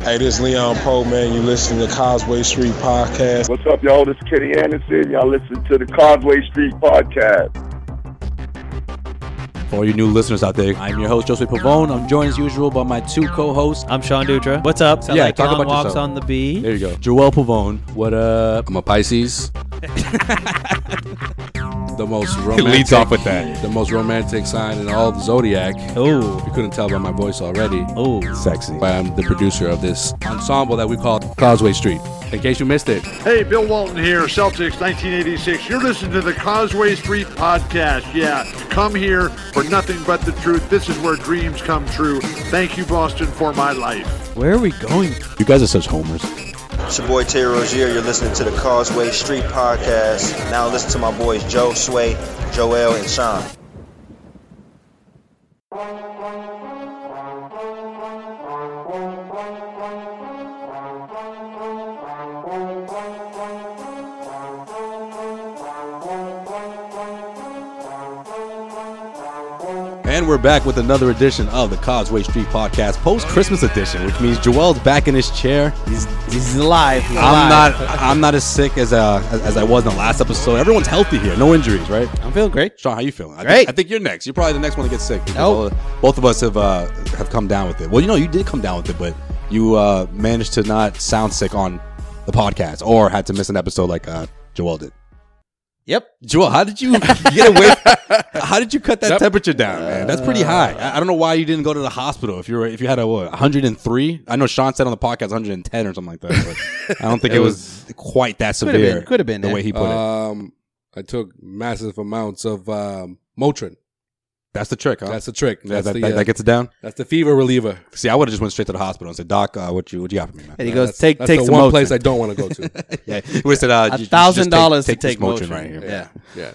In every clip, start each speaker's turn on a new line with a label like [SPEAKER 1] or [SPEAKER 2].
[SPEAKER 1] Hey, this is Leon Poe, man. You listening to Causeway Street Podcast.
[SPEAKER 2] What's up, y'all? This is Kenny Anderson. Y'all listen to the Causeway Street Podcast.
[SPEAKER 3] For all you new listeners out there, I'm your host, Joseph Pavone. I'm joined as usual by my two co hosts.
[SPEAKER 4] I'm Sean Dutra. What's up? So
[SPEAKER 3] Yeah,
[SPEAKER 4] like
[SPEAKER 3] talk
[SPEAKER 4] Elon
[SPEAKER 3] about
[SPEAKER 4] walks
[SPEAKER 3] yourself.
[SPEAKER 4] on the bee.
[SPEAKER 3] There you go. Joel Pavone. What up?
[SPEAKER 5] I'm a Pisces. the most romantic.
[SPEAKER 3] leads off with that.
[SPEAKER 5] The most romantic sign in all of the zodiac.
[SPEAKER 4] Oh,
[SPEAKER 5] You couldn't tell by my voice already.
[SPEAKER 4] oh,
[SPEAKER 3] Sexy.
[SPEAKER 5] But I'm the producer of this ensemble that we call Causeway Street. In case you missed it,
[SPEAKER 6] Hey, Bill Walton here, Celtics 1986. You're listening to the Causeway Street Podcast. Yeah, come here for nothing but the truth. This is where dreams come true. Thank you, Boston, for my life.
[SPEAKER 4] where are we going?
[SPEAKER 3] You guys are such homers.
[SPEAKER 7] It's your boy Terry Rozier. You're listening to the Causeway Street Podcast. Now listen to my boys Joe, Sway, Joel, and Sean.
[SPEAKER 5] and we're back with another edition of the Causeway Street Podcast, post Christmas edition, which means Joel's back in his chair. He's
[SPEAKER 4] He's alive. He's
[SPEAKER 5] I'm not. I'm not as sick as uh as, as I was in the last episode. Everyone's healthy here. No injuries, right?
[SPEAKER 4] I'm feeling great.
[SPEAKER 5] Sean, how you feeling? I
[SPEAKER 4] Great.
[SPEAKER 5] Think, I think you're next. You're probably the next one to get sick. because
[SPEAKER 4] Nope.
[SPEAKER 5] all- Both of us have uh, have come down with it. Well, you know, you did come down with it, but you uh, managed to not sound sick on the podcast or had to miss an episode like uh, Joel did.
[SPEAKER 4] Yep.
[SPEAKER 5] Joel, how did you get away? how did you cut that temperature down, man? That's pretty high. I, I don't know why you didn't go to the hospital if you were if you had a what, 103. I know Sean said on the podcast 110 or something like that, but I don't think it,
[SPEAKER 4] It
[SPEAKER 5] was, quite that
[SPEAKER 4] Could
[SPEAKER 5] severe.
[SPEAKER 4] have been. Could have been.
[SPEAKER 5] the
[SPEAKER 4] eh?
[SPEAKER 5] way he put it.
[SPEAKER 6] Uh,
[SPEAKER 8] Um, I took massive amounts of um, Motrin.
[SPEAKER 5] That's the trick, huh?
[SPEAKER 8] That's the trick.
[SPEAKER 5] Yeah,
[SPEAKER 8] That's,
[SPEAKER 5] that,
[SPEAKER 8] the,
[SPEAKER 5] that,
[SPEAKER 8] uh,
[SPEAKER 5] that gets it down.
[SPEAKER 8] that's the fever reliever.
[SPEAKER 5] See, I would have just went straight to the hospital and said, "Doc, uh, what you what you got for me?" Man?
[SPEAKER 4] And he
[SPEAKER 8] Uh,
[SPEAKER 4] goes,
[SPEAKER 8] that's,
[SPEAKER 4] take,
[SPEAKER 8] that's
[SPEAKER 4] take
[SPEAKER 8] the
[SPEAKER 4] some
[SPEAKER 8] one
[SPEAKER 4] Motrin.
[SPEAKER 8] place I don't want to go to.
[SPEAKER 5] Yeah, he would have said, uh,
[SPEAKER 4] A
[SPEAKER 5] ju- ju-
[SPEAKER 4] thousand
[SPEAKER 5] just take-
[SPEAKER 4] dollars to
[SPEAKER 5] take,
[SPEAKER 4] take
[SPEAKER 5] this Motrin
[SPEAKER 4] Motrin.
[SPEAKER 5] right here."
[SPEAKER 4] Yeah.
[SPEAKER 8] yeah.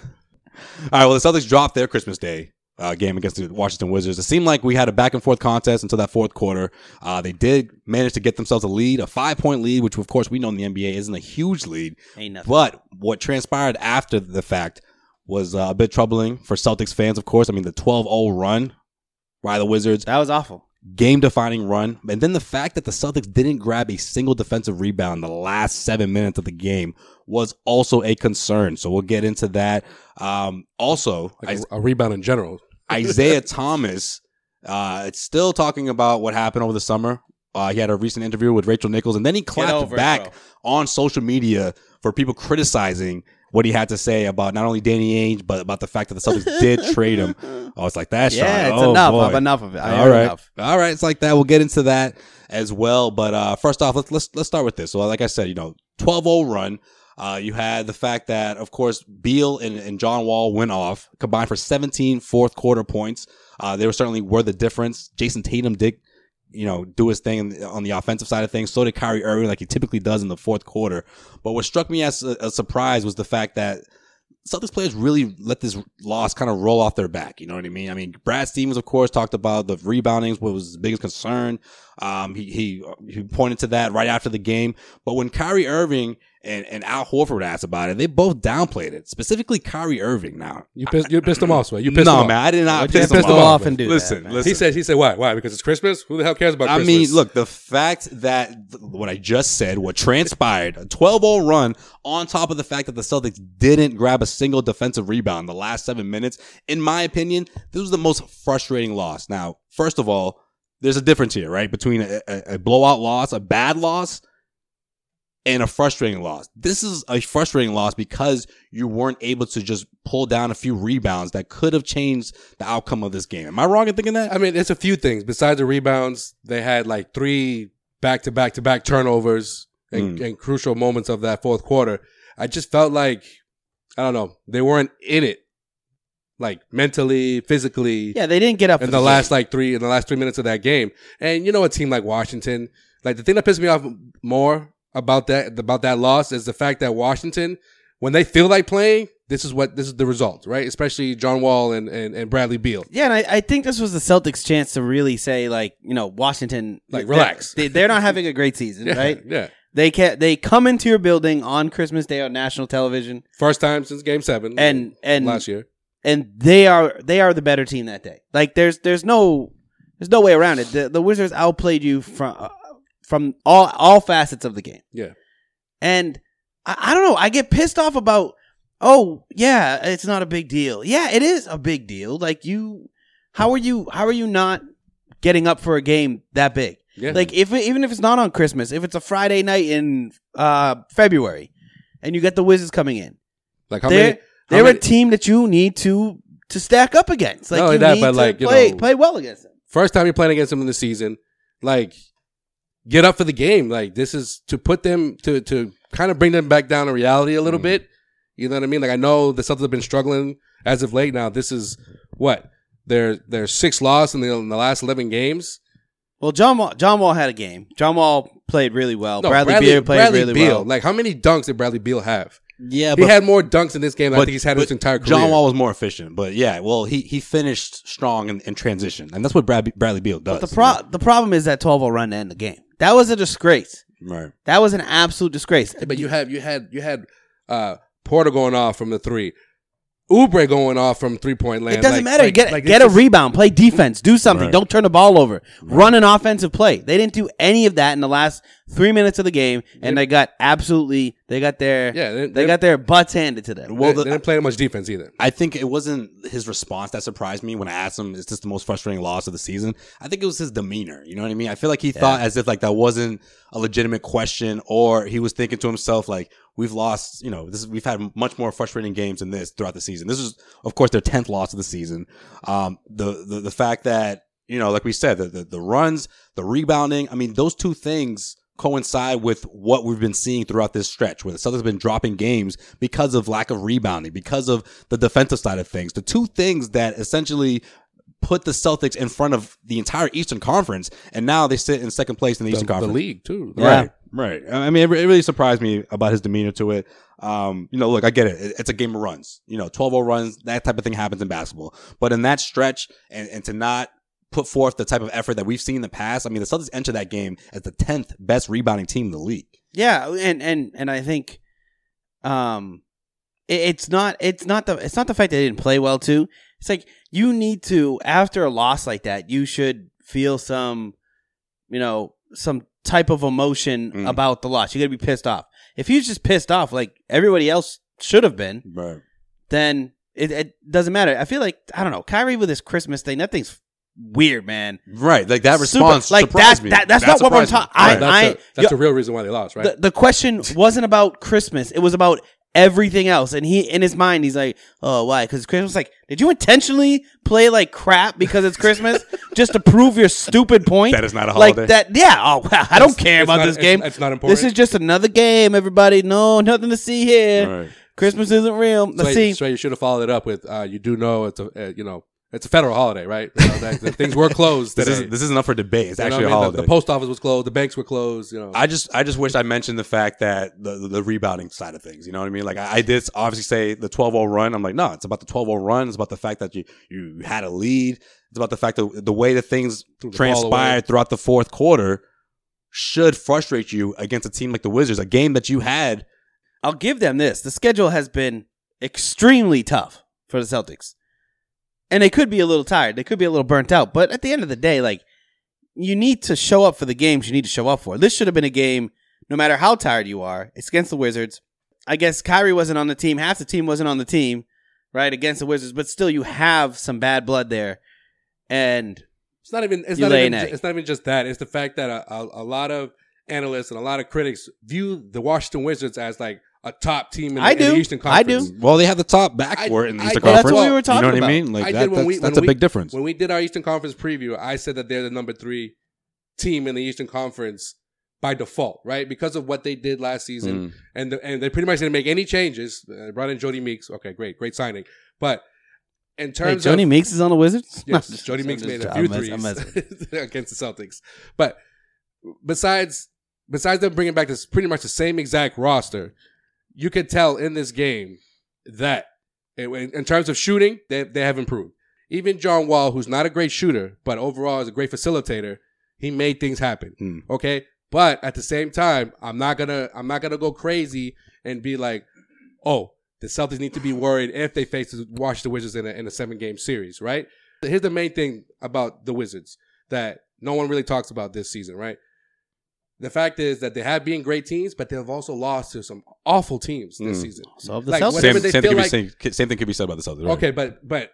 [SPEAKER 5] All right. Well, the Celtics dropped their Christmas Day uh, game against the Washington Wizards. It seemed like we had a back and forth contest until that fourth quarter. Uh, they did manage to get themselves a lead, a five point lead, which of course we know in the NBA isn't a huge lead.
[SPEAKER 4] Ain't nothing.
[SPEAKER 5] But what transpired after the fact was uh, a bit troubling for Celtics fans. Of course, I mean the 12-0 run by the Wizards.
[SPEAKER 4] That was awful.
[SPEAKER 5] game defining run. And then the fact that the Celtics didn't grab a single defensive rebound in the last seven minutes of the game was also a concern. So we'll get into that. Um, also,
[SPEAKER 8] Like
[SPEAKER 5] I-
[SPEAKER 8] a, a rebound in general.
[SPEAKER 5] Isaiah Thomas, uh, it's still talking about what happened over the summer. Uh, he had a recent interview with Rachel Nichols, and then he clapped
[SPEAKER 4] over it,
[SPEAKER 5] back
[SPEAKER 4] bro.
[SPEAKER 5] on social media for people criticizing what he had to say about not only Danny Ainge, but about the fact that the Celtics did trade him. I was like, that's Oh,
[SPEAKER 4] Yeah, it's enough. I've enough of it. I
[SPEAKER 5] all
[SPEAKER 4] heard
[SPEAKER 5] right,
[SPEAKER 4] enough.
[SPEAKER 5] all right. It's like that. We'll get into that as well. But uh, first off, let's let's let's start with this. So, like I said, you know, 12-0 run. Uh, you had the fact that, of course, Beal and, and John Wall went off, combined for 17 fourth quarter points. Uh, they were certainly worth the difference. Jason Tatum did, you know, do his thing on the offensive side of things. So did Kyrie Irving, like he typically does in the fourth quarter. But what struck me as a, a surprise was the fact that
[SPEAKER 6] Celtics players really let this loss kind of roll off their back. You know what I mean? I mean, Brad Stevens, of course, talked about the rebounding what was his biggest concern. Um, he he he pointed to that right after the game. But when Kyrie Irving and, and Al Horford asked about it, they both downplayed it. Specifically, Kyrie Irving. Now
[SPEAKER 5] You pissed, you pissed him off, sweat. You pissed
[SPEAKER 6] no,
[SPEAKER 5] him off.
[SPEAKER 6] man, I did not
[SPEAKER 5] You
[SPEAKER 6] piss him off. listen, listen.
[SPEAKER 5] He said, he said, why? Why? Because it's Christmas? Who the hell cares about
[SPEAKER 6] I
[SPEAKER 5] Christmas?
[SPEAKER 6] mean, look, the fact that th- what I just said, what transpired, a 12 0 run on top of the fact that the Celtics didn't grab a single defensive rebound the last seven minutes, in my opinion, this was the most frustrating loss. Now, first of all, there's a difference here, right? Between a, a, a blowout loss, a bad loss, and a frustrating loss. This is a frustrating loss because you weren't able to just pull down a few rebounds that could have changed the outcome of this game. Am I wrong in thinking that?
[SPEAKER 5] I mean, it's a few things. Besides the rebounds, they had like three back to back to back turnovers and,
[SPEAKER 6] Hmm.
[SPEAKER 5] and crucial moments of that fourth quarter. I just felt like, I don't know, they weren't in it. Like mentally, physically.
[SPEAKER 4] Yeah, they didn't get up
[SPEAKER 5] in
[SPEAKER 4] for
[SPEAKER 5] the,
[SPEAKER 4] the
[SPEAKER 5] last
[SPEAKER 4] game.
[SPEAKER 5] like three in the last three minutes of that game. And you know, a team like Washington, like the thing that pissed me off more about that about that loss is the fact that Washington, when they feel like playing, this is what this is the result, right? Especially John Wall and and, and Bradley Beal.
[SPEAKER 4] Yeah, and I, I think this was the Celtics' chance to really say, like, you know, Washington,
[SPEAKER 5] Like, relax.
[SPEAKER 4] They, they're not having a great season,
[SPEAKER 5] Yeah,
[SPEAKER 4] right?
[SPEAKER 5] yeah.
[SPEAKER 4] They can They come into your building on Christmas Day on national television,
[SPEAKER 5] first time since Game Seven,
[SPEAKER 4] and and
[SPEAKER 5] last year.
[SPEAKER 4] and they are they are the better team that day. Like, there's there's no there's no way around it. The, the Wizards outplayed you from uh, from all all facets of the game.
[SPEAKER 5] Yeah.
[SPEAKER 4] And I, I don't know. I get pissed off about, oh, yeah, it's not a big deal. Yeah, it is a big deal. Like you, how are you, how are you not getting up for a game that big?
[SPEAKER 5] Yeah.
[SPEAKER 4] Like if, it- even if it's not on Christmas, if it's a Friday night in, uh, February and you get the Wizards coming in,
[SPEAKER 5] Like how
[SPEAKER 4] they're,
[SPEAKER 5] many? how
[SPEAKER 4] they're
[SPEAKER 5] many-
[SPEAKER 4] a team that you need to, to stack up against. Like
[SPEAKER 5] Not only
[SPEAKER 4] you
[SPEAKER 5] that,
[SPEAKER 4] need
[SPEAKER 5] but,
[SPEAKER 4] to
[SPEAKER 5] like, you
[SPEAKER 4] play,
[SPEAKER 5] know-
[SPEAKER 4] play well against them.
[SPEAKER 5] first time you're playing against them in the season, like get up for the game. Like this is to put them to to kind of bring them back down to reality a little
[SPEAKER 4] Mm-hmm.
[SPEAKER 5] bit. You know what I mean? Like I know the Celtics have been struggling as of late. Now this is what their their sixth loss in the, in the last eleven games.
[SPEAKER 4] Well, John Wall, John Wall had a game. John Wall played really well.
[SPEAKER 5] No,
[SPEAKER 4] Oh, Bradley, Beal played
[SPEAKER 5] Bradley
[SPEAKER 4] really
[SPEAKER 5] Beal.
[SPEAKER 4] well.
[SPEAKER 5] Like how many dunks did Bradley Beal have?
[SPEAKER 6] Yeah,
[SPEAKER 5] he
[SPEAKER 6] but-
[SPEAKER 5] had more dunks in this game than I think he's had in
[SPEAKER 6] but
[SPEAKER 5] his entire career.
[SPEAKER 6] John Wall was more efficient, but yeah, well, he he finished strong in, in transition, and that's what Brad, Bradley Beal does.
[SPEAKER 4] The pro- the problem is that 12 will run to end the game. That was a disgrace.
[SPEAKER 6] right?
[SPEAKER 4] That was an absolute disgrace.
[SPEAKER 5] But you have you had you had uh Porter going off from the three, Ubre going off from three point land.
[SPEAKER 4] It doesn't
[SPEAKER 5] Like-
[SPEAKER 4] matter.
[SPEAKER 5] like-
[SPEAKER 4] get
[SPEAKER 5] like,
[SPEAKER 4] get
[SPEAKER 5] this
[SPEAKER 4] a
[SPEAKER 5] is-
[SPEAKER 4] rebound, play defense, do something.
[SPEAKER 5] Right.
[SPEAKER 4] Don't turn the ball over. Run an offensive play. They didn't do any of that in the last three minutes of the game, and they got absolutely they got their
[SPEAKER 5] Yeah,
[SPEAKER 4] they,
[SPEAKER 5] they- they-
[SPEAKER 4] got their butts handed to them.
[SPEAKER 5] Well, they, didn't play much defense either.
[SPEAKER 6] I think it wasn't his response that surprised me when I asked him, "Is this the most frustrating loss of the season?" I think it was his demeanor. You know what I mean? I feel like he thought as if like that wasn't a legitimate question, or he was thinking to himself like, "We've lost. You know, this is, we've had much more frustrating games than this throughout the season. This is, of course, their tenth loss of the season. Um, the the, the fact that you know, like we said, the, the the runs, the rebounding. I mean, those two things." coincide with what we've been seeing throughout this stretch, where the Celtics have been dropping games because of lack of rebounding, because of the defensive side of things. The two things that essentially put the Celtics in front of the entire Eastern Conference, and now they sit in second place in the, Eastern
[SPEAKER 5] the
[SPEAKER 6] Conference.
[SPEAKER 5] league, too.
[SPEAKER 6] Right. Right. I mean, it re- it really surprised me about his demeanor to it. Um, you know, look, I get it. It- It's a game of runs. You know, 12 0 runs, that type of thing happens in basketball. But in that stretch and, and to not put forth the type of effort that we've seen in the past, I mean, the Celtics enter that game as the 10th best rebounding team in the league.
[SPEAKER 4] Yeah, and and and I think, um, it, it's not it's not the it's not the fact that they didn't play well too. It's like you need to after a loss like that, you should feel some, you know, some type of emotion
[SPEAKER 6] Mm.
[SPEAKER 4] about the loss. You got to be pissed off. If he's just pissed off, like everybody else should have been,
[SPEAKER 6] Right.
[SPEAKER 4] then it, it doesn't matter. I feel like I don't know Kyrie with this Christmas thing. That thing's weird, man.
[SPEAKER 6] Right. Like that
[SPEAKER 4] Super-
[SPEAKER 6] response
[SPEAKER 4] like
[SPEAKER 6] surprised
[SPEAKER 4] that-
[SPEAKER 6] me.
[SPEAKER 4] that- that's not what we're
[SPEAKER 6] surprised
[SPEAKER 4] ta-
[SPEAKER 6] me.
[SPEAKER 4] I-
[SPEAKER 6] Right.
[SPEAKER 5] That's,
[SPEAKER 4] I-
[SPEAKER 5] the that's
[SPEAKER 4] yo-
[SPEAKER 5] the real reason why they lost, right?
[SPEAKER 4] The, the question wasn't about Christmas. It was about everything else. And he, in his mind, he's like, oh, why? Because Christmas, like, did you intentionally play like crap because it's Christmas just to prove your stupid point?
[SPEAKER 6] That is not a
[SPEAKER 4] Like
[SPEAKER 6] holiday.
[SPEAKER 4] that, yeah. Oh, wow. I don't
[SPEAKER 5] It's-
[SPEAKER 4] care
[SPEAKER 5] it's
[SPEAKER 4] about
[SPEAKER 5] not-
[SPEAKER 4] this
[SPEAKER 5] it's-
[SPEAKER 4] game.
[SPEAKER 5] it's not important.
[SPEAKER 4] This is just another game, everybody. No, nothing to see here.
[SPEAKER 5] Right.
[SPEAKER 4] Christmas isn't real. Let's
[SPEAKER 5] so,
[SPEAKER 4] see.
[SPEAKER 5] so you should have followed it up with, uh, you do know it's a, uh, you know, It's a federal holiday, right? You know, that- that things were closed.
[SPEAKER 6] This is-
[SPEAKER 5] today.
[SPEAKER 6] this isn't up for debate. It's actually a
[SPEAKER 5] what I mean? The- The,
[SPEAKER 6] holiday.
[SPEAKER 5] post office was closed. The banks were closed. You know,
[SPEAKER 6] I just I just wish I mentioned the fact that the the rebounding side of things. You know what I mean? Like I, I did obviously say the 12-0 run. I'm like, no, it's about the 12-0 run. It's about the fact that you you had a lead. It's about the fact that the way that things
[SPEAKER 5] Threw the ball away.
[SPEAKER 6] transpired throughout the fourth quarter should frustrate you against a team like the Wizards, a game that you had.
[SPEAKER 4] I'll give them this. The schedule has been extremely tough for the Celtics. And they could be a little tired. They could be a little burnt out. But at the end of the day, like you need to show up for the games you need to show up for. This should have been a game, no matter how tired you are, it's against the Wizards. I guess Kyrie wasn't on the team, half the team wasn't on the team, right, against the Wizards, but still you have some bad blood there. And
[SPEAKER 5] It's not even. It's
[SPEAKER 4] You
[SPEAKER 5] not
[SPEAKER 4] lay
[SPEAKER 5] even.
[SPEAKER 4] an egg.
[SPEAKER 5] It's not even just that. It's the fact that a, a, a lot of analysts and a lot of critics view the Washington Wizards as like a top team in, the-
[SPEAKER 4] I
[SPEAKER 5] in the
[SPEAKER 4] do.
[SPEAKER 5] Eastern
[SPEAKER 4] I
[SPEAKER 5] Conference.
[SPEAKER 4] do.
[SPEAKER 6] Well, they had the top backcourt
[SPEAKER 5] I-
[SPEAKER 6] in the
[SPEAKER 5] I-
[SPEAKER 6] Eastern
[SPEAKER 5] well,
[SPEAKER 6] Conference.
[SPEAKER 5] that's what we were
[SPEAKER 6] you know
[SPEAKER 4] talking
[SPEAKER 6] what I
[SPEAKER 4] about.
[SPEAKER 6] mean? Like
[SPEAKER 5] I
[SPEAKER 6] that,
[SPEAKER 5] did when
[SPEAKER 6] that's,
[SPEAKER 5] we-
[SPEAKER 6] that's
[SPEAKER 5] when
[SPEAKER 6] a
[SPEAKER 5] we-
[SPEAKER 6] big difference.
[SPEAKER 5] When we did our Eastern Conference preview, I said that they're the number three team in the Eastern Conference by default, right? Because of what they did last season,
[SPEAKER 6] Mm.
[SPEAKER 5] and the, and they pretty much didn't make any changes. Uh, They brought in Jody Meeks. Okay, great, great signing. But in
[SPEAKER 4] Hey,
[SPEAKER 5] terms
[SPEAKER 4] Jody
[SPEAKER 5] of
[SPEAKER 4] Meeks is on the Wizards?
[SPEAKER 5] Yes, Jody Meeks
[SPEAKER 4] I'm
[SPEAKER 5] made
[SPEAKER 4] just-
[SPEAKER 5] a
[SPEAKER 4] I'm
[SPEAKER 5] few
[SPEAKER 4] mess- I'm
[SPEAKER 5] threes
[SPEAKER 4] messing.
[SPEAKER 5] against the Celtics. But besides besides them bringing back this pretty much the same exact roster, you could tell in this game that in, in terms of shooting, they, they have improved. Even John Wall, who's not a great shooter, but overall is a great facilitator, he made things happen.
[SPEAKER 6] Hmm.
[SPEAKER 5] Okay, but at the same time, I'm not gonna I'm not gonna go crazy and be like, oh, the Celtics need to be worried if they face the Washington Wizards in a, in a seven game series, right? Here's the main thing about the Wizards that no one really talks about this season, right? The fact is that they have been great teams, but they've also lost to some awful teams this
[SPEAKER 6] Mm.
[SPEAKER 5] season.
[SPEAKER 4] So the
[SPEAKER 5] Like,
[SPEAKER 4] Celtics.
[SPEAKER 6] same,
[SPEAKER 5] whatever
[SPEAKER 6] same,
[SPEAKER 5] they
[SPEAKER 6] thing
[SPEAKER 5] feel
[SPEAKER 6] could be,
[SPEAKER 5] like-
[SPEAKER 6] same, same thing could be said about the Celtics. right?
[SPEAKER 5] Okay, but but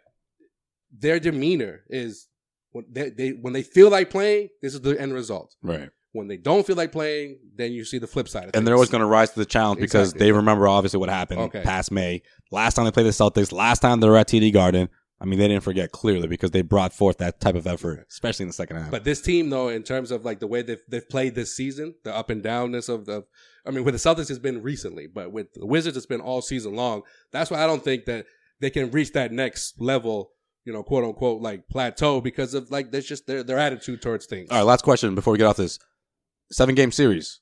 [SPEAKER 5] their demeanor is when they, they when they feel like playing, this is the end result.
[SPEAKER 6] Right.
[SPEAKER 5] When they don't feel like playing, then you see the flip side. Of
[SPEAKER 6] and they're
[SPEAKER 5] things.
[SPEAKER 6] always going to rise to the challenge because
[SPEAKER 5] Exactly.
[SPEAKER 6] they remember obviously what happened
[SPEAKER 5] Okay.
[SPEAKER 6] past May. Last time they played the Celtics, last time they were at TD Garden. I mean, they didn't forget clearly because they brought forth that type of effort, especially in the second half.
[SPEAKER 5] But this team, though, in terms of like the way they've, they've played this season, the up and downness of the, I mean, with the Celtics, it's been recently, but with the Wizards, it's been all season long. That's why I don't think that they can reach that next level, you know, quote unquote, like plateau because of like, that's just their, their attitude towards things.
[SPEAKER 6] All right, last question before we get off this seven game series.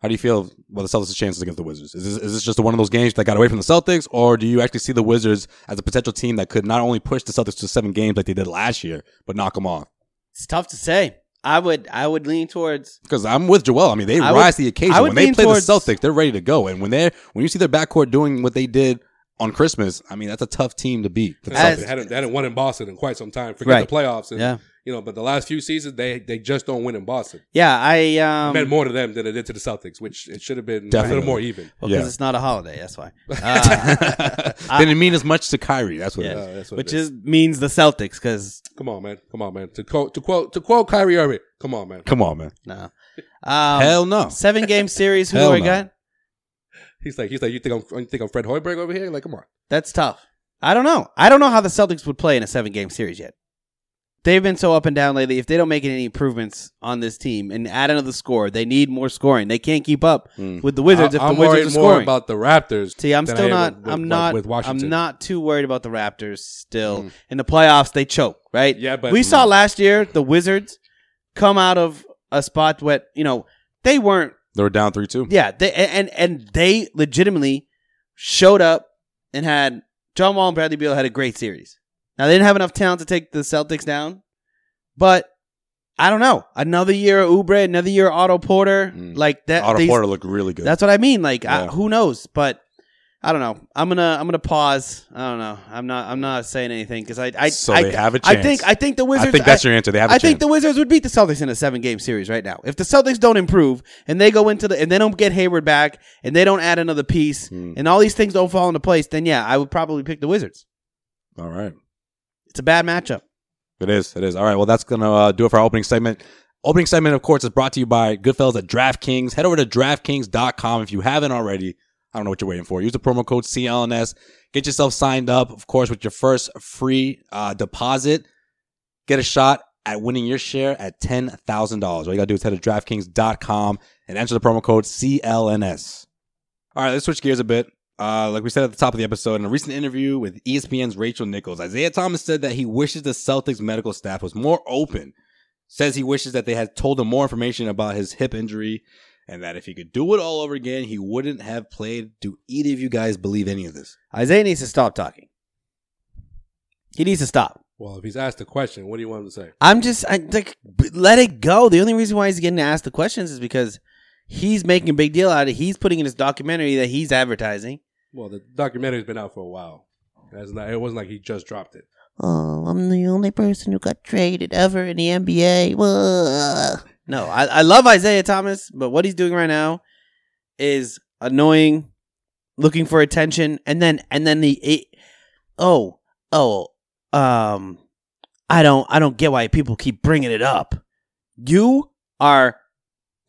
[SPEAKER 6] How do you feel about the Celtics' chances against the Wizards? Is this, is this just one of those games that got away from the Celtics, or do you actually see the Wizards as a potential team that could not only push the Celtics to seven games like they did last year, but knock them off?
[SPEAKER 4] It's tough to say. I would I would lean towards
[SPEAKER 6] Because I'm with Joel. I mean, they
[SPEAKER 4] I would-
[SPEAKER 6] rise to
[SPEAKER 4] I
[SPEAKER 6] the occasion.
[SPEAKER 4] would
[SPEAKER 6] When they
[SPEAKER 4] lean
[SPEAKER 6] play
[SPEAKER 4] towards-
[SPEAKER 6] the Celtics, they're ready to go. And when they are when you see their backcourt doing what they did on Christmas, I mean, that's a tough team to beat. The
[SPEAKER 5] The
[SPEAKER 4] As-
[SPEAKER 5] Celtics hadn't, they hadn't won in Boston in quite some time. Forget
[SPEAKER 4] Right.
[SPEAKER 5] the playoffs. And,
[SPEAKER 4] Yeah.
[SPEAKER 5] You know, but the last few seasons, they, they just don't win in Boston.
[SPEAKER 4] Yeah, I
[SPEAKER 5] It
[SPEAKER 4] um
[SPEAKER 5] meant more to them than it did to the Celtics, which it should have been a
[SPEAKER 6] Definitely.
[SPEAKER 5] little more even.
[SPEAKER 4] because
[SPEAKER 6] Yeah.
[SPEAKER 4] it's not a holiday. That's why. Uh,
[SPEAKER 6] Celtics. they didn't mean as much to Kyrie. That's what
[SPEAKER 4] yeah, Oh,
[SPEAKER 6] it is.
[SPEAKER 5] Uh, that's what it
[SPEAKER 4] which is. means the Celtics because
[SPEAKER 5] Come on, man. Come on, man. To quote, to quote, to quote Kyrie Irving. Come on, man.
[SPEAKER 6] Come on, man.
[SPEAKER 4] no, um,
[SPEAKER 6] Hell no.
[SPEAKER 4] seven game series. Who do
[SPEAKER 6] Hell
[SPEAKER 4] I
[SPEAKER 6] no.
[SPEAKER 4] got?
[SPEAKER 5] He's like, he's like, you think I'm, you think I'm Fred Hoiberg over here? Like, come on.
[SPEAKER 4] That's tough. I don't know. I don't know how the Celtics would play in a seven game series yet. They've been so up and down lately. If they don't make any improvements on this team and add another score, they need more scoring. They can't keep up
[SPEAKER 6] Mm.
[SPEAKER 4] with the Wizards
[SPEAKER 5] I-
[SPEAKER 4] if
[SPEAKER 5] I'm
[SPEAKER 4] the Wizards
[SPEAKER 5] worried
[SPEAKER 4] are
[SPEAKER 5] more
[SPEAKER 4] scoring.
[SPEAKER 5] about the Raptors.
[SPEAKER 4] See, I'm
[SPEAKER 5] than I am
[SPEAKER 4] still not.
[SPEAKER 5] with- with-
[SPEAKER 4] I'm not.
[SPEAKER 5] with Washington. Mm.
[SPEAKER 4] I'm not too worried about the Raptors. Still in the playoffs, they choke. Right?
[SPEAKER 5] Yeah, but- mm.
[SPEAKER 4] we saw last year the Wizards come out of a spot where you know they weren't.
[SPEAKER 6] They were down 3 2.
[SPEAKER 4] Yeah, they and and they legitimately showed up and had John Wall and Bradley Beal had a great series. Now they didn't have enough talent to take the Celtics down, but I don't know. Another year of Ubre, another year of Otto Porter,
[SPEAKER 6] Mm.
[SPEAKER 4] like that.
[SPEAKER 6] Otto
[SPEAKER 4] these-
[SPEAKER 6] Porter looked really good.
[SPEAKER 4] that's what I mean. Like, I,
[SPEAKER 6] Yeah.
[SPEAKER 4] who knows? But I don't know. I'm gonna I'm gonna pause. I don't know. I'm not I'm not saying anything because I I
[SPEAKER 6] So
[SPEAKER 4] I,
[SPEAKER 6] they have a
[SPEAKER 4] I
[SPEAKER 6] chance.
[SPEAKER 4] think I think the Wizards.
[SPEAKER 6] I think that's your answer. They have a
[SPEAKER 4] I
[SPEAKER 6] chance.
[SPEAKER 4] think the Wizards would beat the Celtics in a seven game series right now. If the Celtics don't improve and they go into the and they don't get Hayward back and they don't add another piece
[SPEAKER 6] Hmm.
[SPEAKER 4] and all these things don't fall into place, then yeah, I would probably pick the Wizards.
[SPEAKER 6] All right.
[SPEAKER 4] It's a bad matchup.
[SPEAKER 6] It is. It is. All right. Well, that's going to uh, do it for our opening segment. Opening segment, of course, is brought to you by Goodfellas at DraftKings. Head over to DraftKings.com if you haven't already. I don't know what you're waiting for. Use the promo code CLNS. Get yourself signed up, of course, with your first free uh, deposit. Get a shot at winning your share at $10,000. All you got to do is head to DraftKings.com and enter the promo code CLNS. All right, let's switch gears a bit. Uh, like we said at the top of the episode, in a recent interview with E ESPN's Rachel Nichols, Isaiah Thomas said that he wishes the Celtics medical staff was more open. Says he wishes that they had told him more information about his hip injury, and that if he could do it all over again, he wouldn't have played. Do either of you guys believe any of this?
[SPEAKER 4] Isaiah needs to stop talking. He needs to stop.
[SPEAKER 5] Well, if he's asked a question, what do you want him to say?
[SPEAKER 4] I'm just I, like b- let it go. The only reason why he's getting asked the questions is because he's making a big deal out of it. He's putting in his documentary that he's advertising.
[SPEAKER 5] Well, the documentary's been out for a while. That's not, it wasn't like he just dropped it.
[SPEAKER 9] Oh, I'm the only person who got traded ever in the NBA. Whoa.
[SPEAKER 4] No, I, I love Isaiah Thomas, but what he's doing right now is annoying, looking for attention, and then and then the it, oh oh um I don't I don't get why people keep bringing it up. You are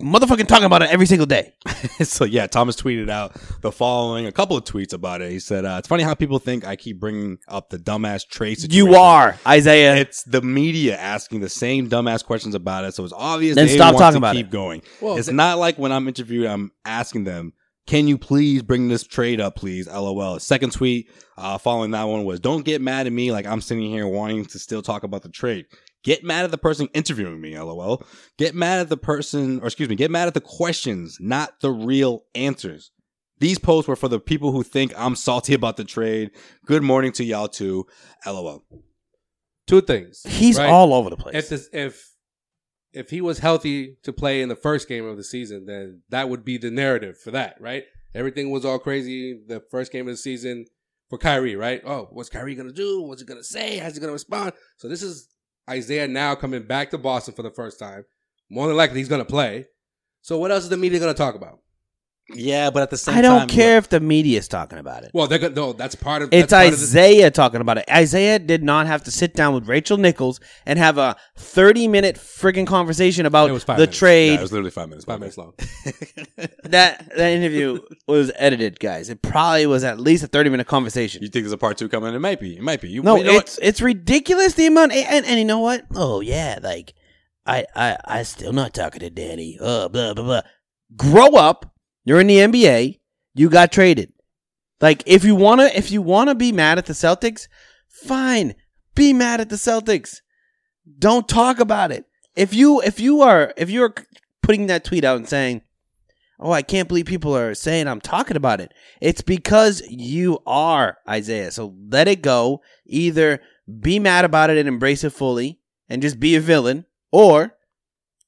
[SPEAKER 4] motherfucking talking about it every single day.
[SPEAKER 6] so yeah, Thomas tweeted out the following a couple of tweets about it. He said, uh, "It's funny how people think I keep bringing up the dumbass trade.
[SPEAKER 4] You
[SPEAKER 6] situation.
[SPEAKER 4] are, Isaiah.
[SPEAKER 6] It's the media asking the same dumbass questions about it, so it's obvious.
[SPEAKER 4] Then
[SPEAKER 6] they
[SPEAKER 4] stop
[SPEAKER 6] want
[SPEAKER 4] talking
[SPEAKER 6] to
[SPEAKER 4] about
[SPEAKER 6] keep
[SPEAKER 4] it.
[SPEAKER 6] going.
[SPEAKER 4] Well,
[SPEAKER 6] it's
[SPEAKER 4] the-
[SPEAKER 6] not like when I'm interviewed, I'm asking them." Can you please bring this trade up, please? LOL. Second tweet uh, following that one was Don't get mad at me like I'm sitting here wanting to still talk about the trade. Get mad at the person interviewing me, LOL. Get mad at the person, or excuse me, get mad at the questions, not the real answers. These posts were for the people who think I'm salty about the trade. Good morning to y'all too, LOL.
[SPEAKER 5] Two things.
[SPEAKER 4] He's
[SPEAKER 5] right?
[SPEAKER 4] all over the place.
[SPEAKER 5] If this, if if he was healthy to play in the first game of the season, then that would be the narrative for that, right? Everything was all crazy the first game of the season for Kyrie, right? Oh, what's Kyrie gonna do? What's he gonna say? How's he gonna respond? So this is Isaiah now coming back to Boston for the first time. More than likely, he's gonna play. So what else is the media gonna talk about?
[SPEAKER 6] Yeah, but at the same
[SPEAKER 4] I don't
[SPEAKER 6] time,
[SPEAKER 4] care if the media's talking about it.
[SPEAKER 5] Well, they're gonna, no, that's part of
[SPEAKER 4] It's
[SPEAKER 5] that's part of the-
[SPEAKER 4] Isaiah talking about it. Isaiah did not have to sit down with Rachel Nichols and have a 30 minute friggin' conversation about
[SPEAKER 5] It was
[SPEAKER 4] the
[SPEAKER 5] five minutes.
[SPEAKER 4] trade.
[SPEAKER 6] Yeah, it was literally five minutes.
[SPEAKER 5] five minutes long.
[SPEAKER 4] that that interview was edited, guys. It probably was at least a 30 minute conversation.
[SPEAKER 6] You think there's a part two coming? It might be. It might be. You,
[SPEAKER 4] no,
[SPEAKER 6] you know what?
[SPEAKER 4] it's it's ridiculous the amount. And, and, and you know what? Oh, yeah. Like, I, I, I still not talking to Danny. Uh, blah, blah, blah. Grow up. You're in the NBA. You got traded. Like if you wanna if you wanna be mad at the Celtics, fine. Be mad at the Celtics. Don't talk about it. If you if you are if you're putting that tweet out and saying, "Oh, I can't believe people are saying I'm talking about it." It's because you are, Isaiah. So let it go. Either be mad about it and embrace it fully and just be a villain or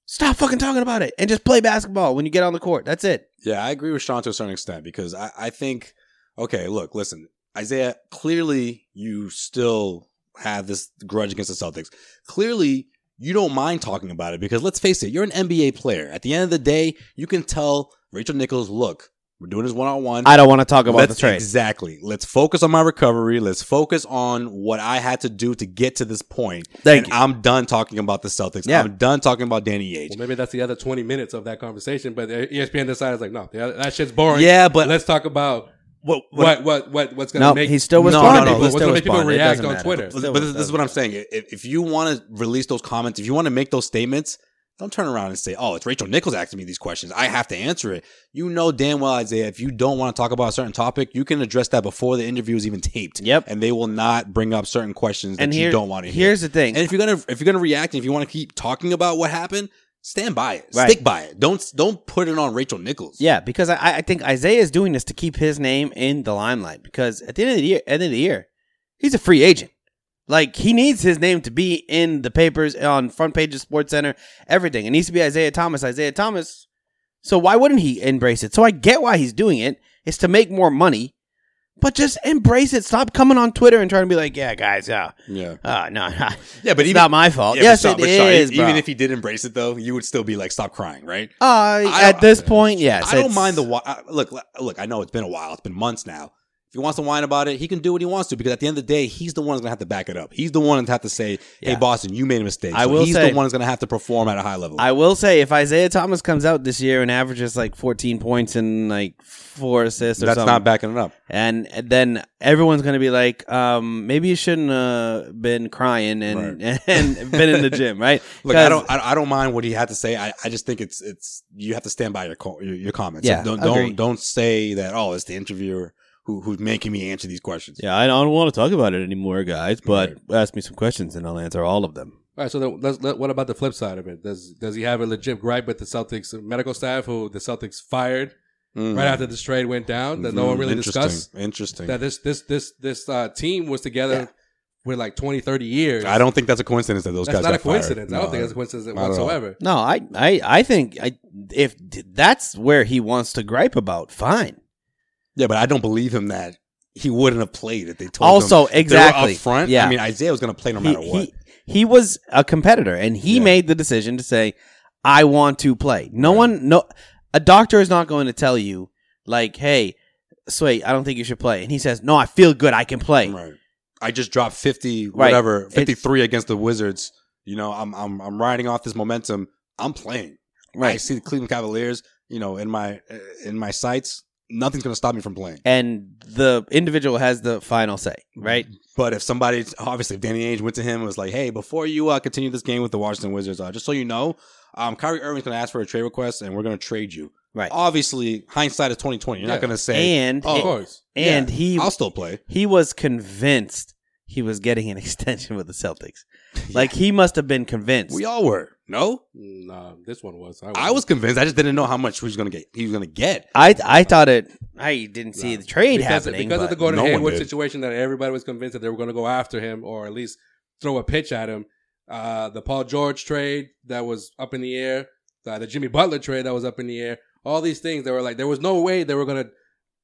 [SPEAKER 4] stop fucking talking about it and just play basketball when you get on the court. That's it.
[SPEAKER 6] Yeah, I agree with Sean to a certain extent because I, I think, okay, look, listen, Isaiah, clearly you still have this grudge against the Celtics. Clearly you don't mind talking about it because let's face it, you're an NBA player. At the end of the day, you can tell Rachel Nichols, look, we're doing this one on one.
[SPEAKER 4] I don't want to talk about
[SPEAKER 6] Let's-
[SPEAKER 4] the trade.
[SPEAKER 6] Exactly. Let's focus on my recovery. Let's focus on what I had to do to get to this point.
[SPEAKER 4] Thank
[SPEAKER 6] and
[SPEAKER 4] you.
[SPEAKER 6] I'm done talking about the Celtics.
[SPEAKER 4] Yeah.
[SPEAKER 6] I'm done talking about Danny Age.
[SPEAKER 5] Well, maybe that's the other 20 minutes of that conversation, but E ESPN decided, like, no, the other- that shit's boring.
[SPEAKER 6] Yeah, but-
[SPEAKER 5] let's talk about
[SPEAKER 6] What-
[SPEAKER 5] what
[SPEAKER 6] what-
[SPEAKER 5] what what, what what's going to
[SPEAKER 4] No,
[SPEAKER 5] make
[SPEAKER 4] he still was
[SPEAKER 5] what's
[SPEAKER 4] boring.
[SPEAKER 5] gonna make
[SPEAKER 4] No, no,
[SPEAKER 5] people-
[SPEAKER 4] he
[SPEAKER 5] what's
[SPEAKER 4] still
[SPEAKER 5] gonna make people
[SPEAKER 4] was boring. It
[SPEAKER 5] react
[SPEAKER 4] doesn't
[SPEAKER 5] on
[SPEAKER 4] matter.
[SPEAKER 5] Twitter?
[SPEAKER 6] But, but this, this is what I'm saying. If, if you want to release those comments, if you want to make those statements, don't turn around and say, "Oh, it's Rachel Nichols asking me these questions. I have to answer it." You know damn well, Isaiah. If you don't want to talk about a certain topic, you can address that before the interview is even taped.
[SPEAKER 4] Yep.
[SPEAKER 6] And they will not bring up certain questions that
[SPEAKER 4] And
[SPEAKER 6] you
[SPEAKER 4] here-
[SPEAKER 6] don't want to hear.
[SPEAKER 4] here's the thing.
[SPEAKER 6] And if you're gonna if you're gonna react, and if you want to keep talking about what happened, stand by it.
[SPEAKER 4] Right.
[SPEAKER 6] Stick by it. Don't don't put it on Rachel Nichols.
[SPEAKER 4] Yeah, because I, I think Isaiah is doing this to keep his name in the limelight. Because at the end of the year, end of the year, he's a free agent. Like he needs his name to be in the papers, on front page of Sports Center, everything. It needs to be Isaiah Thomas. Isaiah Thomas. So why wouldn't he embrace it? So I get why he's doing it. It's to make more money, but just embrace it. Stop coming on Twitter and trying to be like, "Yeah, guys, yeah,
[SPEAKER 6] Yeah.
[SPEAKER 4] uh, no, no,
[SPEAKER 6] Yeah, but
[SPEAKER 4] it's
[SPEAKER 6] even-
[SPEAKER 4] not my fault."
[SPEAKER 6] Yeah, but
[SPEAKER 4] yes,
[SPEAKER 6] stop-
[SPEAKER 4] it
[SPEAKER 6] but sorry,
[SPEAKER 4] is,
[SPEAKER 6] Even
[SPEAKER 4] bro.
[SPEAKER 6] if he did embrace it, though, you would still be like, "Stop crying," right?
[SPEAKER 4] Uh,
[SPEAKER 6] I
[SPEAKER 4] at
[SPEAKER 6] don't-
[SPEAKER 4] this point, yes,
[SPEAKER 6] I don't
[SPEAKER 4] it's-
[SPEAKER 6] mind the wi- I- look. li- Look, I know it's been a while. It's been months now. If he wants to whine about it, he can do what he wants to because at the end of the day, he's the one who's gonna have to back it up. He's the one that's have to say, "Hey,
[SPEAKER 4] Yeah.
[SPEAKER 6] Boston, you made a mistake."
[SPEAKER 4] I
[SPEAKER 6] So
[SPEAKER 4] will
[SPEAKER 6] He's
[SPEAKER 4] say-
[SPEAKER 6] the one that's gonna have to perform at a high level.
[SPEAKER 4] I will say if Isaiah Thomas comes out this year and averages like 14 points and like four assists or
[SPEAKER 6] that's
[SPEAKER 4] something,
[SPEAKER 6] not backing it up.
[SPEAKER 4] and then everyone's gonna be like, um, maybe you shouldn't uh, been crying and, and been in the gym, right?
[SPEAKER 6] Look, I
[SPEAKER 4] 'Cause-
[SPEAKER 6] don't, I, I don't mind what he had to say. I, I just think it's, it's you have to stand by your co- your, your comments.
[SPEAKER 4] Yeah,
[SPEAKER 6] don't,
[SPEAKER 4] agree.
[SPEAKER 6] don't, don't say that. Oh, it's the interviewer who who's making me answer these questions.
[SPEAKER 4] Yeah, I don't want to talk about it anymore, guys. But ask me some questions, and I'll answer all of them.
[SPEAKER 5] All right, so then let's, let, what about the flip side of it? Does does he have a legit gripe with the Celtics medical staff who the Celtics fired
[SPEAKER 6] Mm.
[SPEAKER 5] right after this trade went down that no one really
[SPEAKER 6] Interesting.
[SPEAKER 5] discussed?
[SPEAKER 6] Interesting.
[SPEAKER 5] That this this this this uh, team was together with like 20, 30 years.
[SPEAKER 6] I don't think that's a coincidence that those
[SPEAKER 5] That's
[SPEAKER 6] guys.
[SPEAKER 5] not
[SPEAKER 6] got
[SPEAKER 5] a coincidence.
[SPEAKER 6] Fired.
[SPEAKER 5] I don't think that's a coincidence
[SPEAKER 6] not at all.
[SPEAKER 5] whatsoever.
[SPEAKER 4] No, I, I, I think I, if that's where he wants to gripe about, fine.
[SPEAKER 6] Yeah, but I don't believe him that he wouldn't have played if they told
[SPEAKER 4] also
[SPEAKER 6] him. If they were
[SPEAKER 4] exactly
[SPEAKER 6] up front.
[SPEAKER 4] Yeah,
[SPEAKER 6] I mean Isaiah was going to play no
[SPEAKER 4] He-
[SPEAKER 6] matter what.
[SPEAKER 4] He, he was a competitor, and he made the decision to say, "I want to play." No one, no, a doctor is not going to tell you like, "Hey, Sway, I don't think you should play," and he says, "No, I feel good. I can play."
[SPEAKER 6] Right. I just dropped fifty,
[SPEAKER 4] Right.
[SPEAKER 6] whatever,
[SPEAKER 4] It-
[SPEAKER 6] fifty three against the Wizards. You know, I'm I'm I'm riding off this momentum. I'm playing.
[SPEAKER 4] Right.
[SPEAKER 6] I see the Cleveland Cavaliers. You know, in my uh, in my sights, nothing's going to stop me from playing.
[SPEAKER 4] And the individual has the final say, right?
[SPEAKER 6] But if somebody, obviously, if Danny Ainge went to him and was like, "Hey, before you uh, continue this game with the Washington Wizards, uh, just so you know, um, Kyrie Irving's going to ask for a trade request, and we're going to trade you."
[SPEAKER 4] Right.
[SPEAKER 6] Obviously, hindsight is twenty twenty. You're
[SPEAKER 4] Yeah.
[SPEAKER 6] not going to Mm-hmm. say,
[SPEAKER 4] and
[SPEAKER 6] "Oh, of course,
[SPEAKER 4] and
[SPEAKER 6] Yeah,
[SPEAKER 4] he
[SPEAKER 6] I'll still play."
[SPEAKER 4] He was convinced he was getting an extension with the Celtics. Like he must have been convinced.
[SPEAKER 6] We all were. No,
[SPEAKER 5] Mm, Nah, this one was.
[SPEAKER 6] I was convinced. I just didn't know how much he was going to get. He was going to get.
[SPEAKER 4] I I thought it. I didn't see the trade
[SPEAKER 5] because,
[SPEAKER 4] happening
[SPEAKER 5] because of the
[SPEAKER 4] but-
[SPEAKER 5] Gordon
[SPEAKER 6] no one
[SPEAKER 5] Hayward
[SPEAKER 6] did.
[SPEAKER 5] situation that everybody was convinced that they were going to go after him or at least throw a pitch at him. Uh, the Paul George trade that was up in the air, uh, the Jimmy Butler trade that was up in the air. All these things that were like there was no way they were going to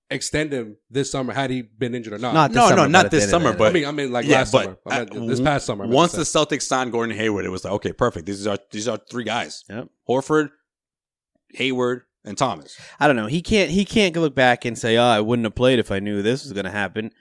[SPEAKER 5] extend him this summer had he been injured or not.
[SPEAKER 6] Not this No, no, summer, not but at this the end of summer, the- but-
[SPEAKER 5] I mean, I mean like
[SPEAKER 6] Yeah,
[SPEAKER 5] last
[SPEAKER 6] but
[SPEAKER 5] summer, I meant
[SPEAKER 6] at-
[SPEAKER 5] this past summer. I meant to
[SPEAKER 6] Once
[SPEAKER 5] say.
[SPEAKER 6] the Celtics signed Gordon Hayward, it was like, okay, perfect. These are these are three guys: Horford, Hayward, and Thomas.
[SPEAKER 4] I don't know. He can't. He can't look back and say, "Oh, I wouldn't have played if I knew this was going to happen."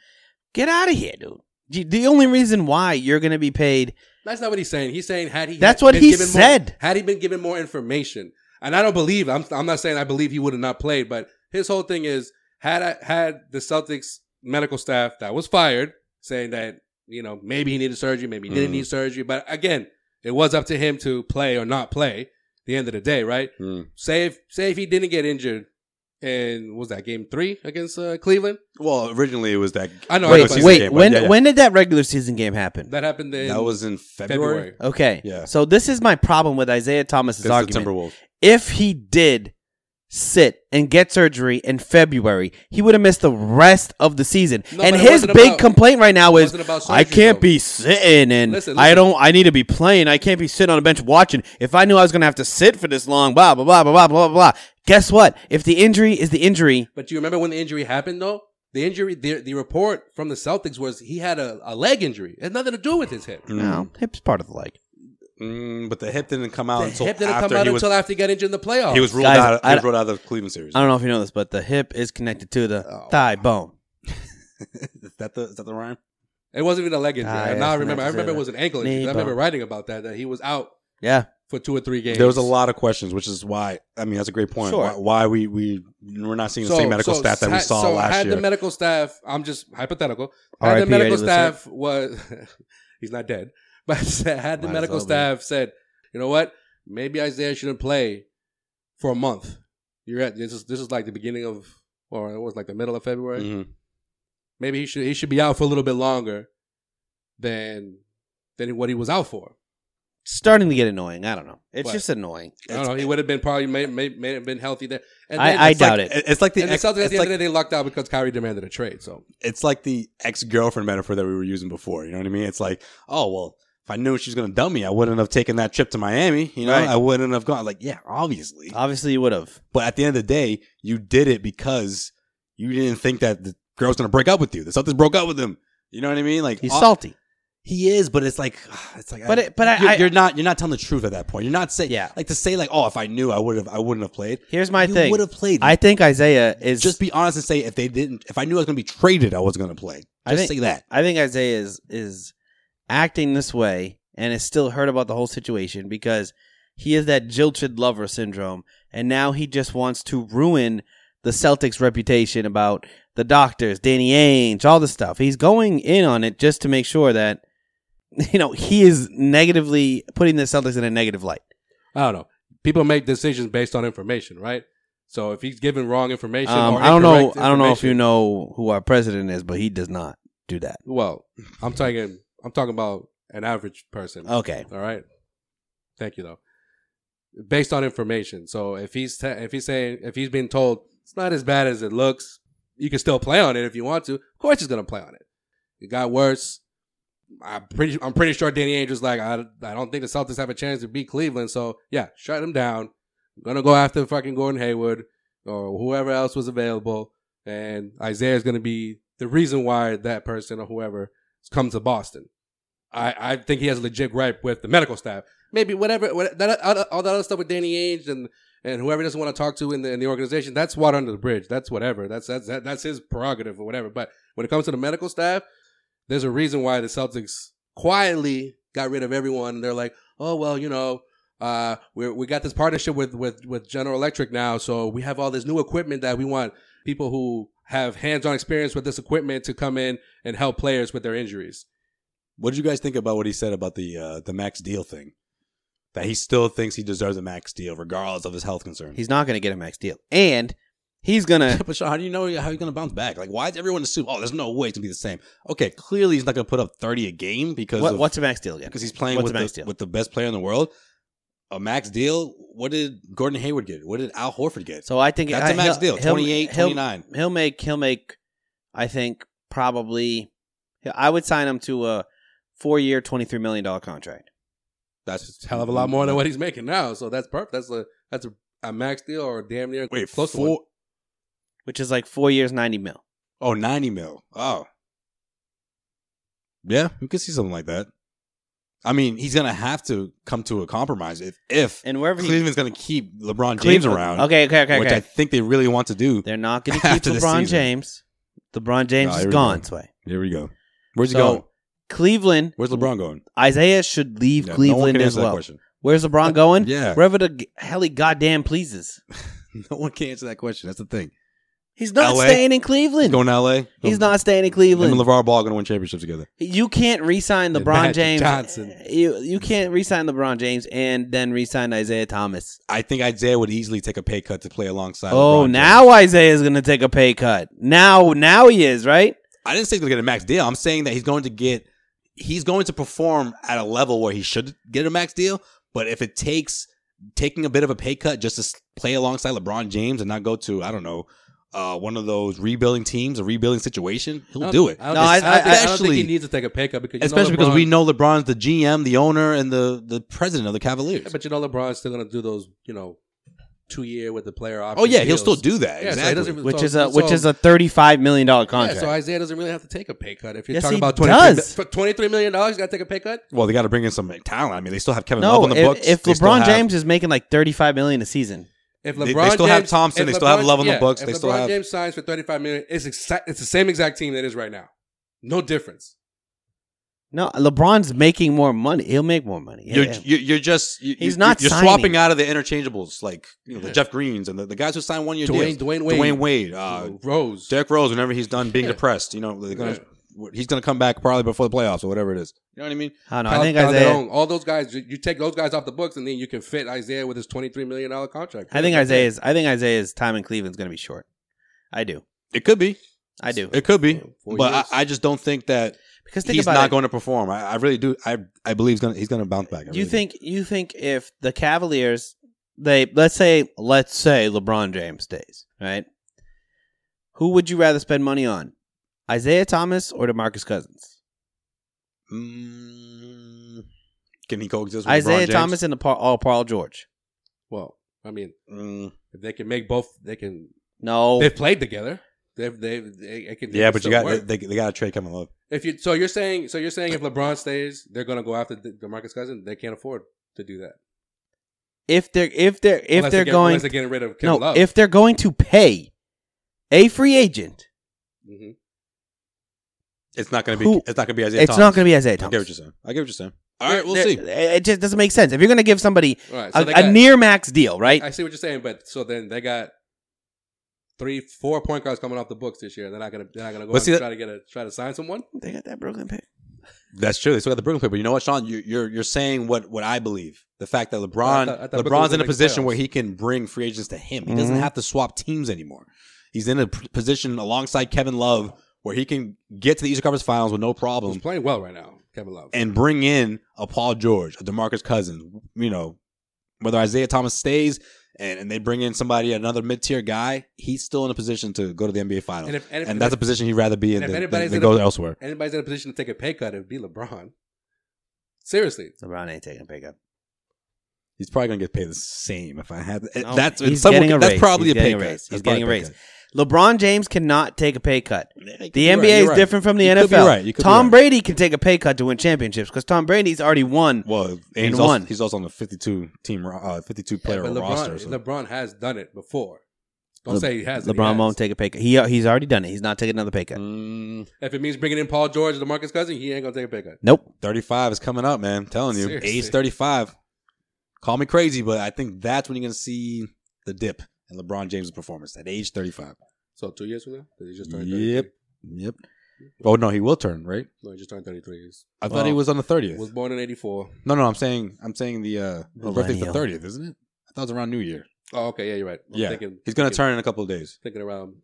[SPEAKER 4] Get out of here, dude. You- The only reason why you're going to be paid,
[SPEAKER 5] That's not what he's saying. He's saying had he
[SPEAKER 4] That's
[SPEAKER 5] had
[SPEAKER 4] what
[SPEAKER 5] been
[SPEAKER 4] he
[SPEAKER 5] given
[SPEAKER 4] said.
[SPEAKER 5] More, had he been given more information, and I don't believe I'm I'm not saying I believe he would have not played, but his whole thing is had I, had the Celtics medical staff that was fired saying that you know maybe he needed surgery, maybe he didn't
[SPEAKER 6] Mm.
[SPEAKER 5] need surgery, but again, it was up to him to play or not play. at The end of the day, right? Say if say if he didn't get injured, and was that game three against uh, Cleveland?
[SPEAKER 6] Well, originally it was that.
[SPEAKER 5] I know.
[SPEAKER 4] wait,
[SPEAKER 5] but-
[SPEAKER 4] wait. when when did that regular season game happen?
[SPEAKER 5] that happened? In
[SPEAKER 6] that was in February.
[SPEAKER 4] Okay.
[SPEAKER 6] Yeah.
[SPEAKER 4] So this is my problem with Isaiah Thomas's
[SPEAKER 6] Against the
[SPEAKER 4] argument.
[SPEAKER 6] Timberwolves.
[SPEAKER 4] If he did sit and get surgery in February, he would have missed the rest of the season.
[SPEAKER 5] No,
[SPEAKER 4] and
[SPEAKER 5] but it
[SPEAKER 4] his
[SPEAKER 5] wasn't
[SPEAKER 4] big
[SPEAKER 5] about-
[SPEAKER 4] complaint right now
[SPEAKER 5] it
[SPEAKER 4] is
[SPEAKER 5] wasn't about surgery,
[SPEAKER 4] I can't
[SPEAKER 5] though.
[SPEAKER 4] be sitting and
[SPEAKER 5] Listen,
[SPEAKER 4] I
[SPEAKER 5] listen.
[SPEAKER 4] don't I need to be playing. I can't be sitting on a bench watching. If I knew I was going to have to sit for this long, blah blah blah blah blah blah blah. blah. Guess what? If the injury is the injury,
[SPEAKER 5] But do you remember when the injury happened though? The injury, the, the report from the Celtics was he had a, a leg injury. It had nothing to do with his hip.
[SPEAKER 4] no, hip's part of the leg.
[SPEAKER 6] Mm, but the hip didn't come out
[SPEAKER 5] The
[SPEAKER 6] until
[SPEAKER 5] hip didn't
[SPEAKER 6] after
[SPEAKER 5] come out
[SPEAKER 6] he was
[SPEAKER 5] until after he got injured in the playoffs.
[SPEAKER 6] he was ruled
[SPEAKER 4] Guys,
[SPEAKER 6] out.
[SPEAKER 4] I-
[SPEAKER 6] He was ruled out of the Cleveland series.
[SPEAKER 4] I don't know if you know this, but the hip is connected to the
[SPEAKER 5] Oh,
[SPEAKER 4] thigh bone.
[SPEAKER 6] Is that the is that the rhyme?
[SPEAKER 5] It wasn't even a leg injury.
[SPEAKER 4] Ah,
[SPEAKER 5] now
[SPEAKER 4] yes,
[SPEAKER 5] I remember. I
[SPEAKER 4] that's
[SPEAKER 5] remember
[SPEAKER 4] it.
[SPEAKER 5] it was an ankle injury.
[SPEAKER 4] Knee
[SPEAKER 5] I remember
[SPEAKER 4] bone.
[SPEAKER 5] writing about that that he was out
[SPEAKER 4] Yeah.
[SPEAKER 5] for two or three games.
[SPEAKER 6] There was a lot of questions, which is why I mean that's a great point.
[SPEAKER 5] Sure.
[SPEAKER 6] Why, why we we we're not seeing the
[SPEAKER 5] So-
[SPEAKER 6] same medical
[SPEAKER 5] so
[SPEAKER 6] staff that we
[SPEAKER 5] had-
[SPEAKER 6] saw
[SPEAKER 5] so
[SPEAKER 6] last
[SPEAKER 5] had
[SPEAKER 6] year.
[SPEAKER 5] the medical staff, I'm just hypothetical. Had the
[SPEAKER 4] R.I.P.
[SPEAKER 5] medical
[SPEAKER 4] Eddie Lassette.
[SPEAKER 5] staff was, he's not dead, but had the
[SPEAKER 4] Might as
[SPEAKER 5] medical
[SPEAKER 4] well be.
[SPEAKER 5] staff said, you know what, maybe Isaiah shouldn't play for a month. You're at this is this is like the beginning of, or it was like the middle of February.
[SPEAKER 4] Mm-hmm.
[SPEAKER 6] Mhm.
[SPEAKER 5] Maybe he should he should be out for a little bit longer than than what he was out for.
[SPEAKER 4] Starting to get annoying. I don't know. It's
[SPEAKER 5] But-
[SPEAKER 4] just annoying.
[SPEAKER 5] I don't know. He would have been probably may, may, may have been healthy there. And
[SPEAKER 4] I-
[SPEAKER 5] then
[SPEAKER 4] I
[SPEAKER 5] it's like-
[SPEAKER 4] doubt it.
[SPEAKER 6] It's like the
[SPEAKER 5] and the
[SPEAKER 6] ex-
[SPEAKER 5] Celtics at
[SPEAKER 6] it's
[SPEAKER 5] the end
[SPEAKER 6] like-
[SPEAKER 5] of the day they locked out because Kyrie demanded a trade. So
[SPEAKER 6] it's like the ex girlfriend metaphor that we were using before. You know what I mean? It's like, oh well, if I knew she was gonna dump me, I wouldn't have taken that trip to Miami. You know,
[SPEAKER 4] Right.
[SPEAKER 6] I wouldn't have gone. Like, yeah, obviously.
[SPEAKER 5] Uh-huh.
[SPEAKER 4] Obviously, you would have.
[SPEAKER 6] But at the end of the day, you did it because you didn't think that the girl's gonna break up with you. The Celtics broke up with him. You know what I mean? Like uh,
[SPEAKER 4] He's
[SPEAKER 5] Uh,
[SPEAKER 6] all-
[SPEAKER 4] salty.
[SPEAKER 6] He is, but it's like it's like.
[SPEAKER 4] But
[SPEAKER 6] I-
[SPEAKER 4] it- but I-
[SPEAKER 6] you're,
[SPEAKER 4] I-
[SPEAKER 6] you're not you're not telling the truth at that point. You're not saying
[SPEAKER 4] Yeah.
[SPEAKER 6] like to say like oh if I knew I would have I wouldn't have played.
[SPEAKER 4] Here's my
[SPEAKER 6] You
[SPEAKER 4] thing.
[SPEAKER 6] would have played.
[SPEAKER 4] I think Isaiah is
[SPEAKER 6] just be honest and say if they didn't if I knew I was gonna be traded I was gonna play. Just
[SPEAKER 4] I think,
[SPEAKER 6] say that.
[SPEAKER 4] I think Isaiah is is acting this way and is still hurt about the whole situation because he is that jilted lover syndrome, and now he just wants to ruin the Celtics' reputation about the doctors, Danny Ainge, all this stuff. He's going in on it just to make sure that you know he is negatively putting the Celtics in a negative light.
[SPEAKER 5] I don't know. People make decisions based on information, right? So if he's giving wrong information,
[SPEAKER 4] Um,
[SPEAKER 5] or
[SPEAKER 4] I don't know.
[SPEAKER 5] incorrect
[SPEAKER 4] I don't know if
[SPEAKER 5] information-
[SPEAKER 4] you know who our president is, but he does not do that.
[SPEAKER 5] Well, I'm talking. I'm talking about an average person.
[SPEAKER 4] Okay.
[SPEAKER 5] All right. Thank you though. Based on information, so if he's te- if he's saying if he's been told it's not as bad as it looks, you can still play on it if you want to. Of course, he's gonna play on it. It got worse. I'm pretty. I'm pretty sure Danny Ainge was like, I, I don't think the Celtics have a chance to beat Cleveland. So yeah, shut him down. I'm gonna go after fucking Gordon Hayward or whoever else was available, and Isaiah is gonna be the reason why that person or whoever comes to Boston. I, I think he has a legit gripe with the medical staff. Maybe whatever, what, that, all that- all that other stuff with Danny Ainge and and whoever he doesn't want to talk to in the in the organization. That's water under the bridge. That's whatever. That's that's that, that's his prerogative or whatever. But when it comes to the medical staff, there's a reason why the Celtics quietly got rid of everyone. They're like, oh well, you know, uh, we we got this partnership with with with General Electric now, so we have all this new equipment that we want people who have hands-on experience with this equipment to come in and help players with their injuries.
[SPEAKER 6] What did you guys think about what he said about the uh, the max deal thing? That he still thinks he deserves a max deal, regardless of his health concerns.
[SPEAKER 4] He's not going to get a max deal, and he's gonna.
[SPEAKER 6] but Sean, how do you know how he's going to bounce back? Like, why is everyone assume? Oh, there's no way it's going to be the same. Okay, clearly he's not going to put up 30 a game because
[SPEAKER 4] What-
[SPEAKER 6] of-
[SPEAKER 4] what's a max deal again?
[SPEAKER 6] Because he's playing
[SPEAKER 4] What's
[SPEAKER 6] with
[SPEAKER 4] a max
[SPEAKER 6] the,
[SPEAKER 4] deal?
[SPEAKER 6] with the best player in the world. A max deal. What did Gordon Hayward get? What did Al Horford get?
[SPEAKER 4] So I think
[SPEAKER 6] that's a
[SPEAKER 4] I-
[SPEAKER 6] max
[SPEAKER 4] he'll-
[SPEAKER 6] deal.
[SPEAKER 4] he'll-
[SPEAKER 6] 28,
[SPEAKER 4] he'll-
[SPEAKER 6] 29.
[SPEAKER 4] He'll, make. He'll make. I think probably. I would sign him to a four-year, twenty-three million dollar contract.
[SPEAKER 6] That's
[SPEAKER 5] hell of a lot more than what he's making now. So that's perfect. That's a that's a, a max deal or damn near
[SPEAKER 6] Wait,
[SPEAKER 5] close to
[SPEAKER 6] four-
[SPEAKER 5] one.
[SPEAKER 4] which is like four years, ninety mil.
[SPEAKER 6] Oh, 90 mil. Oh. Yeah, you could see something like that. I mean, he's going to have to come to a compromise if if
[SPEAKER 4] and wherever he-
[SPEAKER 6] Cleveland's going to keep LeBron James
[SPEAKER 4] Cleveland-
[SPEAKER 6] around.
[SPEAKER 4] Okay, okay, okay,
[SPEAKER 6] Which
[SPEAKER 4] okay.
[SPEAKER 6] I think they really want to do.
[SPEAKER 4] They're not going to keep
[SPEAKER 6] after the
[SPEAKER 4] LeBron
[SPEAKER 6] season.
[SPEAKER 4] James. LeBron James
[SPEAKER 6] Oh,
[SPEAKER 4] is
[SPEAKER 6] here we
[SPEAKER 4] gone.
[SPEAKER 6] go.
[SPEAKER 4] Sway.
[SPEAKER 6] Here we go. Where's
[SPEAKER 4] So,
[SPEAKER 6] he going?
[SPEAKER 4] Cleveland.
[SPEAKER 6] Where's LeBron going?
[SPEAKER 4] Isaiah should leave
[SPEAKER 6] Yeah, no one
[SPEAKER 4] Cleveland
[SPEAKER 6] can
[SPEAKER 4] as
[SPEAKER 6] answer that
[SPEAKER 4] well.
[SPEAKER 6] question.
[SPEAKER 4] Where's LeBron going?
[SPEAKER 6] Yeah.
[SPEAKER 4] wherever the g- hell he goddamn pleases.
[SPEAKER 6] No one can answer that question. That's the thing.
[SPEAKER 4] He's not
[SPEAKER 6] LA?
[SPEAKER 4] staying in Cleveland.
[SPEAKER 6] Going to LA?
[SPEAKER 4] He's not staying in
[SPEAKER 6] Him and
[SPEAKER 4] Cleveland.
[SPEAKER 6] LeVar Ball going to win championships together.
[SPEAKER 4] You can't re-sign LeBron
[SPEAKER 6] Magic
[SPEAKER 4] James.
[SPEAKER 6] Johnson.
[SPEAKER 4] You you can't re-sign LeBron James and then re-sign Isaiah Thomas.
[SPEAKER 6] I think Isaiah would easily take a pay cut to play alongside.
[SPEAKER 4] oh,
[SPEAKER 6] Uh, LeBron James.
[SPEAKER 4] now Isaiah's going to take a pay cut. Now now he is right.
[SPEAKER 6] I didn't say he's going to get a max deal. I'm saying that he's going to get, he's going to perform at a level where he should get a max deal. But if it takes taking a bit of a pay cut just to s- play alongside LeBron James and not go to, I don't know, uh, one of those rebuilding teams, a rebuilding situation, he'll
[SPEAKER 5] I don't-
[SPEAKER 6] do it.
[SPEAKER 5] I don't, think, I, don't think, I don't think he needs to take a pay cut because you
[SPEAKER 6] especially
[SPEAKER 5] know
[SPEAKER 6] because we
[SPEAKER 5] LeBron-
[SPEAKER 6] know LeBron's the GM, the owner, and the the president of the Cavaliers.
[SPEAKER 5] Yeah, but you know LeBron's still gonna do those, you know, two year with the player option.
[SPEAKER 6] Oh yeah, he'll
[SPEAKER 5] deals.
[SPEAKER 6] still do
[SPEAKER 5] Yeah,
[SPEAKER 6] that.
[SPEAKER 5] so he
[SPEAKER 6] exactly.
[SPEAKER 5] doesn't-
[SPEAKER 4] Which
[SPEAKER 5] so-
[SPEAKER 4] is
[SPEAKER 5] so-
[SPEAKER 4] a which is a thirty five million dollar
[SPEAKER 5] yeah,
[SPEAKER 4] contract.
[SPEAKER 5] so Isaiah doesn't really have to take a pay cut. If you're
[SPEAKER 4] Yes,
[SPEAKER 5] talking
[SPEAKER 4] he
[SPEAKER 5] about 23
[SPEAKER 4] does.
[SPEAKER 5] for twenty three million dollars, you gotta take a pay cut?
[SPEAKER 6] well, they got to bring in some talent. I mean, they still have Kevin Love
[SPEAKER 4] no,
[SPEAKER 6] on the
[SPEAKER 4] if,
[SPEAKER 6] books.
[SPEAKER 4] if
[SPEAKER 6] They still
[SPEAKER 4] LeBron
[SPEAKER 6] have-
[SPEAKER 4] James is making like thirty five million a season,
[SPEAKER 5] If
[SPEAKER 6] They-
[SPEAKER 5] LeBron
[SPEAKER 6] they still have
[SPEAKER 5] James-
[SPEAKER 6] Thompson,
[SPEAKER 5] if
[SPEAKER 6] they still have
[SPEAKER 5] LeBron-
[SPEAKER 6] Love on the books,
[SPEAKER 5] If
[SPEAKER 6] they
[SPEAKER 5] LeBron
[SPEAKER 6] still have-
[SPEAKER 5] James signs for thirty five million, it's exact. It's the same exact team that is right now. No difference.
[SPEAKER 4] no, LeBron's making more money. He'll make more money. Yeah,
[SPEAKER 6] You're,
[SPEAKER 4] yeah.
[SPEAKER 6] you're you're just you,
[SPEAKER 4] He's
[SPEAKER 6] you-
[SPEAKER 4] not
[SPEAKER 6] You're
[SPEAKER 4] signing.
[SPEAKER 6] swapping out of the interchangeables like you know, the
[SPEAKER 5] Yeah.
[SPEAKER 6] Jeff Greens and the, the guys who signed one year
[SPEAKER 5] Dwayne-
[SPEAKER 6] deals.
[SPEAKER 5] Dwayne Wade.
[SPEAKER 6] Dwayne Wade, uh,
[SPEAKER 5] Rose,
[SPEAKER 6] Derrick Rose. Whenever he's done being
[SPEAKER 5] Yeah.
[SPEAKER 6] depressed, you know they're gonna, he's going to come back probably before the playoffs or whatever it is. You know what I mean?
[SPEAKER 4] I don't know. I
[SPEAKER 5] Cal-
[SPEAKER 4] think
[SPEAKER 5] Calderon,
[SPEAKER 4] Isaiah.
[SPEAKER 5] all those guys, you, you take those guys off the books, and then you can fit Isaiah with his twenty three million dollar contract.
[SPEAKER 4] I think Isaiah's. I think Isaiah's time in Cleveland's going to be short. I do.
[SPEAKER 6] It could be.
[SPEAKER 4] I do.
[SPEAKER 6] It could be.
[SPEAKER 5] Four
[SPEAKER 6] but
[SPEAKER 5] years.
[SPEAKER 6] I, I just don't think that
[SPEAKER 4] Because think
[SPEAKER 6] he's
[SPEAKER 4] about
[SPEAKER 6] not
[SPEAKER 4] it.
[SPEAKER 6] going to perform. I, I really do. I I believe he's going to he's going to bounce back. I
[SPEAKER 4] You
[SPEAKER 6] really do.
[SPEAKER 4] think you think if the Cavaliers they let's say let's say LeBron James stays, right? Who would you rather spend money on? Isaiah Thomas or DeMarcus Cousins?
[SPEAKER 6] Mm, can he coexist with LeBron
[SPEAKER 4] Isaiah
[SPEAKER 6] James?
[SPEAKER 4] Thomas and the Paul, or Paul George?
[SPEAKER 5] Well, I mean,
[SPEAKER 6] Mm,
[SPEAKER 5] if they can make both, they can.
[SPEAKER 4] No.
[SPEAKER 5] They've played together. They've they they, they can. they
[SPEAKER 6] yeah,
[SPEAKER 5] can
[SPEAKER 6] but
[SPEAKER 5] still
[SPEAKER 6] you got
[SPEAKER 5] work.
[SPEAKER 6] they, they got to trade Kevin Love.
[SPEAKER 5] if you so you're saying so you're saying if LeBron stays, they're going to go after De- DeMarcus Cousins. They can't afford to do that.
[SPEAKER 4] if they're if they're if
[SPEAKER 5] Unless
[SPEAKER 4] they're
[SPEAKER 5] they get-
[SPEAKER 4] going
[SPEAKER 5] unless they're getting rid of Kevin
[SPEAKER 4] no
[SPEAKER 5] Love.
[SPEAKER 4] if they're going to pay a free agent,
[SPEAKER 5] hmm
[SPEAKER 6] It's not going to be.
[SPEAKER 4] Who-
[SPEAKER 6] It's not going to be Isaiah.
[SPEAKER 4] it's
[SPEAKER 6] Thomas.
[SPEAKER 4] not going to be Isaiah
[SPEAKER 6] I get what
[SPEAKER 4] Thomas.
[SPEAKER 6] you're saying. I get what you're saying. All right, we'll
[SPEAKER 4] They're-
[SPEAKER 6] see.
[SPEAKER 4] It just doesn't make sense. If you're going to give somebody
[SPEAKER 5] All right, so
[SPEAKER 4] a,
[SPEAKER 5] they
[SPEAKER 4] a
[SPEAKER 5] got-
[SPEAKER 4] near max deal, right?
[SPEAKER 5] I see what you're saying, but so then they got three, four point guards coming off the books this year. They're not gonna, they're not gonna go
[SPEAKER 6] But
[SPEAKER 5] out
[SPEAKER 6] see
[SPEAKER 5] and
[SPEAKER 6] that-
[SPEAKER 5] try to get a try to sign someone.
[SPEAKER 4] they got that Brooklyn pick.
[SPEAKER 6] That's true. They still got the Brooklyn pick, but you know what, Sean? You, you're you're saying what what I believe. the fact that LeBron
[SPEAKER 5] I thought- I thought Brooklyn was
[SPEAKER 6] LeBron's in
[SPEAKER 5] gonna
[SPEAKER 6] a
[SPEAKER 5] make
[SPEAKER 6] position
[SPEAKER 5] playoffs.
[SPEAKER 6] where he can bring free agents to him. He doesn't
[SPEAKER 5] Mhm.
[SPEAKER 6] have to swap teams anymore. He's in a p- position alongside Kevin Love where he can get to the Eastern Conference Finals with no problem
[SPEAKER 5] He's playing well right now, Kevin Love.
[SPEAKER 6] and bring in a Paul George, a DeMarcus Cousins, you know, whether Isaiah Thomas stays and, and they bring in somebody, another mid tier guy, he's still in a position to go to the NBA Finals.
[SPEAKER 5] And
[SPEAKER 6] And,
[SPEAKER 5] if- and if-
[SPEAKER 6] that's a position he'd rather be in
[SPEAKER 5] And if
[SPEAKER 6] than, than,
[SPEAKER 5] anybody's
[SPEAKER 6] than
[SPEAKER 5] in a-
[SPEAKER 6] go elsewhere.
[SPEAKER 5] Anybody's in a position to take a pay cut, it'd be LeBron. Seriously,
[SPEAKER 4] LeBron ain't taking a pay cut.
[SPEAKER 6] He's probably going to get paid the same if I had
[SPEAKER 4] No,
[SPEAKER 6] that's
[SPEAKER 4] he's
[SPEAKER 6] someone-
[SPEAKER 4] getting a
[SPEAKER 6] that's
[SPEAKER 4] raise.
[SPEAKER 6] probably
[SPEAKER 4] He's
[SPEAKER 6] a pay
[SPEAKER 4] getting
[SPEAKER 6] cut.
[SPEAKER 4] raise.
[SPEAKER 6] That's
[SPEAKER 4] He's
[SPEAKER 6] probably
[SPEAKER 4] getting a
[SPEAKER 6] pay
[SPEAKER 4] raise.
[SPEAKER 6] cut.
[SPEAKER 4] LeBron James cannot take a pay cut.
[SPEAKER 6] could
[SPEAKER 4] The
[SPEAKER 6] be right.
[SPEAKER 4] NBA
[SPEAKER 6] You're
[SPEAKER 4] is
[SPEAKER 6] right.
[SPEAKER 4] different from the
[SPEAKER 6] You could
[SPEAKER 4] NFL.
[SPEAKER 6] be right. You could be
[SPEAKER 4] Tom
[SPEAKER 6] right.
[SPEAKER 4] Brady can take a pay cut to win championships because Tom Brady's already won.
[SPEAKER 6] Well, and
[SPEAKER 4] and
[SPEAKER 6] he's,
[SPEAKER 4] won.
[SPEAKER 6] also, he's also on the 52 team, uh, 52 player
[SPEAKER 5] but LeBron,
[SPEAKER 6] roster. So.
[SPEAKER 5] LeBron has done it before. Don't say he hasn't. He
[SPEAKER 4] LeBron
[SPEAKER 5] has.
[SPEAKER 4] won't take a pay cut. He he's already done it. He's not taking another pay
[SPEAKER 6] Mm.
[SPEAKER 4] cut.
[SPEAKER 5] If it means bringing in Paul George or DeMarcus Cousins, he ain't gonna take a pay cut.
[SPEAKER 4] Nope.
[SPEAKER 6] 35 is coming up, man. I'm telling you,
[SPEAKER 5] Seriously.
[SPEAKER 6] age 35. Call me crazy, but I think that's when you're going to see the dip in LeBron James' performance at age 35.
[SPEAKER 5] So two years from now, 'Cause he just turned. 33.
[SPEAKER 6] Yep. Yep. Oh, no, he will turn, right?
[SPEAKER 5] No, he just turned thirty-three. Years.
[SPEAKER 6] I thought he was on the 30th.
[SPEAKER 5] Was born in '84.
[SPEAKER 6] No, no, I'm saying I'm saying the uh, his birthday's the
[SPEAKER 4] Millennial.
[SPEAKER 6] 30th, isn't it? I thought it was around New Year.
[SPEAKER 5] Oh, okay. Yeah, you're right. I'm
[SPEAKER 6] yeah.
[SPEAKER 5] thinking-
[SPEAKER 6] He's going to
[SPEAKER 5] thinking-
[SPEAKER 6] turn in a couple of days.
[SPEAKER 5] Thinking around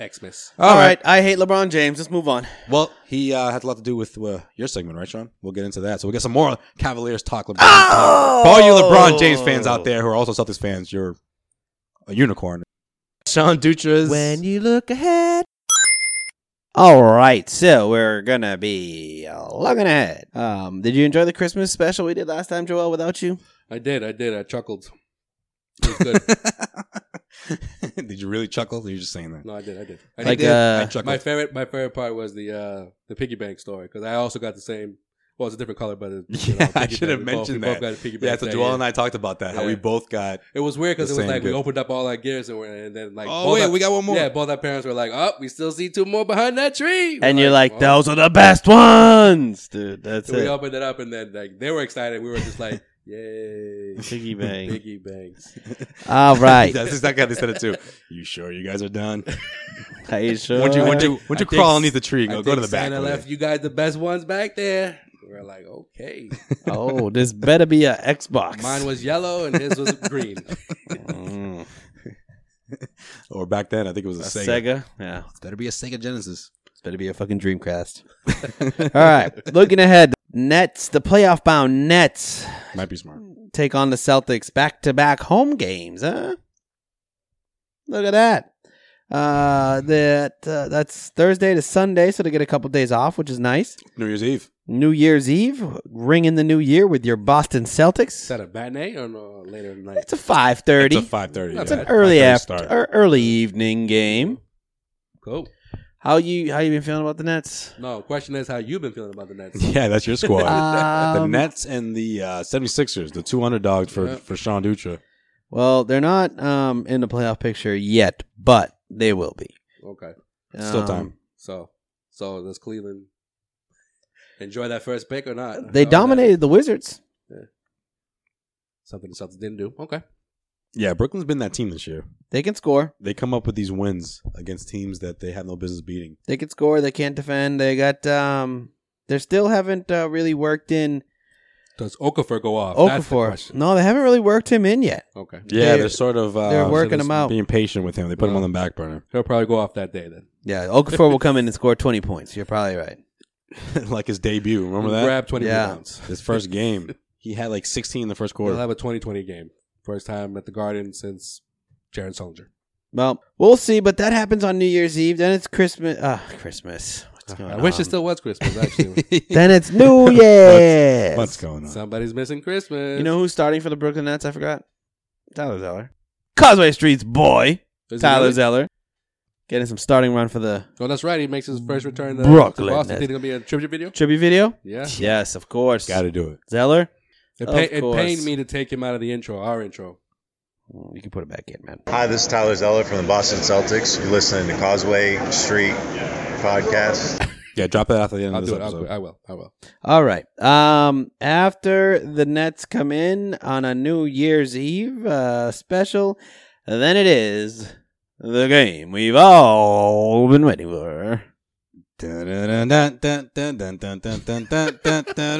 [SPEAKER 5] Xmas.
[SPEAKER 4] All right. I hate LeBron James. Let's move on.
[SPEAKER 6] Well, he uh, had a lot to do with uh, your segment, right, Sean? We'll get into that. So we'll get some more Cavaliers talk. LeBron.
[SPEAKER 4] Oh!
[SPEAKER 6] For all you LeBron James fans out there who are also Celtics fans, you're a unicorn. Sean Dutra's.
[SPEAKER 4] When you look ahead. All right, so we're gonna be looking ahead. Um, did you enjoy the Christmas special we did last time, Joel? Without you,
[SPEAKER 5] I did. I did. I chuckled. It was good.
[SPEAKER 6] did you really chuckle? Or you just saying that?
[SPEAKER 5] no, I did. I did. I
[SPEAKER 4] Like,
[SPEAKER 5] did.
[SPEAKER 4] uh,
[SPEAKER 6] I chuckled.
[SPEAKER 5] my favorite. My favorite part was the uh, the piggy bank story because I also got the same. Well, it's a different color, but it, you know,
[SPEAKER 6] yeah, I
[SPEAKER 5] piggy
[SPEAKER 6] should
[SPEAKER 5] bank.
[SPEAKER 6] have
[SPEAKER 5] We both-
[SPEAKER 6] mentioned
[SPEAKER 5] we both
[SPEAKER 6] that.
[SPEAKER 5] got a piggy
[SPEAKER 6] yeah,
[SPEAKER 5] bank
[SPEAKER 6] so
[SPEAKER 5] that
[SPEAKER 6] Joel
[SPEAKER 5] year.
[SPEAKER 6] and I talked about that. How
[SPEAKER 5] Yeah.
[SPEAKER 6] we both got.
[SPEAKER 5] It was weird because it
[SPEAKER 6] The
[SPEAKER 5] was
[SPEAKER 6] same
[SPEAKER 5] like we
[SPEAKER 6] gift.
[SPEAKER 5] opened up all our gears and, we're, and then like
[SPEAKER 6] Oh,
[SPEAKER 5] both
[SPEAKER 6] wait,
[SPEAKER 5] our-
[SPEAKER 6] we got one more.
[SPEAKER 5] Yeah, both our parents were like, "Oh, we still see two more behind that tree." We're
[SPEAKER 4] and you're like,
[SPEAKER 5] "Oh."
[SPEAKER 4] those are the best ones, dude. That's
[SPEAKER 5] So we
[SPEAKER 4] it.
[SPEAKER 5] opened it up and then like they were excited. We were just like, "Yay,
[SPEAKER 4] Piggy bank.
[SPEAKER 5] piggy banks!"
[SPEAKER 4] All right.
[SPEAKER 6] That's exactly how they said it too. You sure you guys are done?
[SPEAKER 4] Are you sure?
[SPEAKER 6] Once you, once you, once you
[SPEAKER 5] think
[SPEAKER 6] crawl underneath the tree,
[SPEAKER 5] I
[SPEAKER 6] go, go
[SPEAKER 5] think
[SPEAKER 6] to the back.
[SPEAKER 5] Santa
[SPEAKER 6] over there.
[SPEAKER 5] left you guys the best ones back there. We were like, "Okay."
[SPEAKER 4] oh, this better be a Xbox.
[SPEAKER 5] Mine was yellow and his was green.
[SPEAKER 4] Mm,
[SPEAKER 6] Or back then, I think it was
[SPEAKER 4] a
[SPEAKER 6] a,
[SPEAKER 4] Sega.
[SPEAKER 6] Sega.
[SPEAKER 4] Yeah,
[SPEAKER 6] It's better be a Sega Genesis.
[SPEAKER 4] it's better be a fucking Dreamcast. All right, looking ahead, Nets, the playoff bound Nets
[SPEAKER 6] Might be smart.
[SPEAKER 4] take on the Celtics back to back home games, huh? Look at that. Uh, that uh, that's Thursday to Sunday, so they get a couple days off, which is nice.
[SPEAKER 6] New Year's Eve.
[SPEAKER 4] New Year's Eve, ring in the new year with your Boston
[SPEAKER 5] Is
[SPEAKER 4] Celtics.
[SPEAKER 5] that a matinee or no, later in the night?
[SPEAKER 4] It's a five thirty.
[SPEAKER 6] It's a five thirty.
[SPEAKER 4] That's an early after, er- early evening game.
[SPEAKER 5] Cool.
[SPEAKER 4] How you how you been feeling about the Nets?
[SPEAKER 5] No, question is how you been feeling about the Nets.
[SPEAKER 6] Yeah, that's your squad. the
[SPEAKER 4] Um,
[SPEAKER 6] Nets and the uh, 76ers, the two underdogs for,
[SPEAKER 5] Yeah.
[SPEAKER 6] for Sean Dutra.
[SPEAKER 4] Well, they're not um, in the playoff picture yet, but they will be. Um,
[SPEAKER 5] Okay,
[SPEAKER 6] Still time.
[SPEAKER 5] so so does Cleveland enjoy that first pick or not?
[SPEAKER 4] They
[SPEAKER 5] Or that-
[SPEAKER 4] dominated the Wizards.
[SPEAKER 5] something the Celtics didn't do. Okay,
[SPEAKER 6] Yeah, Brooklyn's been that team this year.
[SPEAKER 4] They can score.
[SPEAKER 6] They come up with these wins against teams that they have no business beating.
[SPEAKER 4] They can score. They can't defend. They got. Um, they still haven't uh, really worked in
[SPEAKER 5] does Okafor go off? Oh, That's the
[SPEAKER 4] Okafor.
[SPEAKER 5] question.
[SPEAKER 4] No, they haven't really worked him in yet.
[SPEAKER 5] Okay,
[SPEAKER 6] Yeah,
[SPEAKER 4] They're-
[SPEAKER 6] they're, sort of uh,
[SPEAKER 4] they're working them out.
[SPEAKER 6] being patient with him. They put him
[SPEAKER 5] Well.
[SPEAKER 6] on the back burner,
[SPEAKER 5] he'll probably go off that day then.
[SPEAKER 4] Yeah, Okafor will come in and score twenty points. You're probably right.
[SPEAKER 6] like his debut. Remember that?
[SPEAKER 5] Grab twenty
[SPEAKER 4] Yeah.
[SPEAKER 5] rebounds.
[SPEAKER 6] His first game, he had like 16 in the first
[SPEAKER 5] We'll
[SPEAKER 6] quarter.
[SPEAKER 5] have a 20-20 game. First time at the Garden since Jaron Solinger.
[SPEAKER 4] Well, we'll see. But that happens on New Year's Eve. Then it's Christmas. Ah, Christmas. What's going
[SPEAKER 5] I wish
[SPEAKER 4] on?
[SPEAKER 5] it still was Christmas. Actually,
[SPEAKER 4] Then it's New Year's.
[SPEAKER 6] What's going on?
[SPEAKER 5] somebody's missing Christmas.
[SPEAKER 4] You know who's starting for the Brooklyn Nets? I forgot. Tyler Zeller. Causeway Street's boy,
[SPEAKER 5] Is he
[SPEAKER 4] Tyler
[SPEAKER 5] really?
[SPEAKER 4] Zeller. Getting some starting run for the
[SPEAKER 5] Oh, that's right. He makes his first return to to
[SPEAKER 4] Brooklyn
[SPEAKER 5] Boston.
[SPEAKER 4] Nets.
[SPEAKER 5] Think it's gonna be a tribute video.
[SPEAKER 4] tribute video?
[SPEAKER 5] Yeah.
[SPEAKER 4] Yes, of course.
[SPEAKER 6] Got to do it.
[SPEAKER 4] Zeller,
[SPEAKER 5] It,
[SPEAKER 4] Of
[SPEAKER 5] pa- it
[SPEAKER 4] course.
[SPEAKER 5] pained me to take him out of the intro, our intro.
[SPEAKER 4] you can put it back in, man.
[SPEAKER 10] Hi, this is Tyler Zeller from the Boston Celtics. You're listening to Causeway Street Podcast.
[SPEAKER 6] Yeah, drop that after the end
[SPEAKER 5] I'll
[SPEAKER 6] of
[SPEAKER 5] do
[SPEAKER 6] this
[SPEAKER 5] it. I'll do
[SPEAKER 6] episode.
[SPEAKER 5] it. I will. I will.
[SPEAKER 4] All right. Um, after the Nets come in on a New Year's Eve uh, special, then it is the game we've all been waiting for.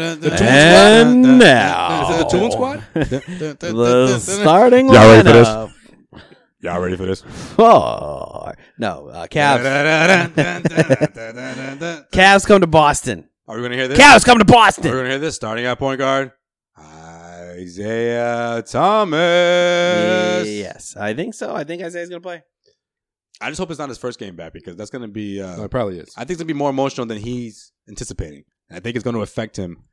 [SPEAKER 6] And
[SPEAKER 4] now-
[SPEAKER 6] Is it the Toon Squad?
[SPEAKER 4] The starting
[SPEAKER 6] Y'all ready for this?
[SPEAKER 4] lineup.
[SPEAKER 6] Y'all ready for this?
[SPEAKER 4] Oh no, uh, Cavs. Cavs come to Boston.
[SPEAKER 6] Are we going to hear this?
[SPEAKER 4] Cavs come to Boston.
[SPEAKER 6] We're going to hear this. Starting at point guard, Isaiah Thomas.
[SPEAKER 4] Yes, I think so. I think Isaiah's gonna play.
[SPEAKER 6] I just hope it's not his first game back because that's going to be. Uh,
[SPEAKER 5] No, it probably is.
[SPEAKER 6] I think it's going to be more emotional than he's anticipating. And I think it's going to affect him.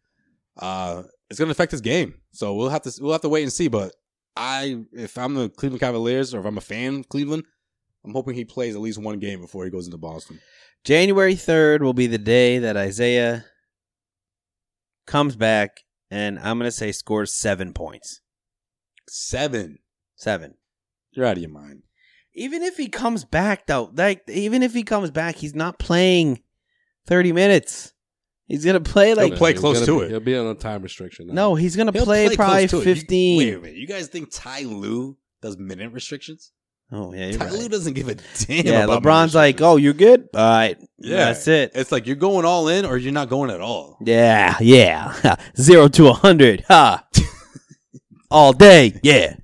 [SPEAKER 6] Uh, it's going to affect his game. So we'll have to we'll have to wait and see. But I, if I'm the Cleveland Cavaliers or if I'm a fan of Cleveland, I'm hoping he plays at least one game before he goes into Boston.
[SPEAKER 4] January third will be the day that Isaiah comes back, and I'm gonna say scores seven points.
[SPEAKER 6] Seven.
[SPEAKER 4] Seven.
[SPEAKER 6] You're out of your mind.
[SPEAKER 4] Even if he comes back, though, like even if he comes back, he's not playing thirty minutes. He's gonna play like
[SPEAKER 6] He'll play close
[SPEAKER 5] He's
[SPEAKER 6] to
[SPEAKER 5] gonna be-
[SPEAKER 6] it.
[SPEAKER 5] He'll be on a time restriction. now.
[SPEAKER 4] no. He's gonna
[SPEAKER 6] He'll
[SPEAKER 4] play,
[SPEAKER 6] close
[SPEAKER 4] probably
[SPEAKER 6] to it. You-
[SPEAKER 4] fifteen.
[SPEAKER 6] wait a minute. You guys think Ty Lue does minute restrictions?
[SPEAKER 4] Oh yeah, you're
[SPEAKER 6] Ty Lue
[SPEAKER 4] right.
[SPEAKER 6] doesn't give a damn.
[SPEAKER 4] yeah.
[SPEAKER 6] about
[SPEAKER 4] LeBron's like, oh, you're good. All right,
[SPEAKER 6] Yeah.
[SPEAKER 4] yeah, that's it.
[SPEAKER 6] It's like you're going all in or you're not going at all.
[SPEAKER 4] Yeah, yeah. Zero to a hundred. Ha. All day. Yeah.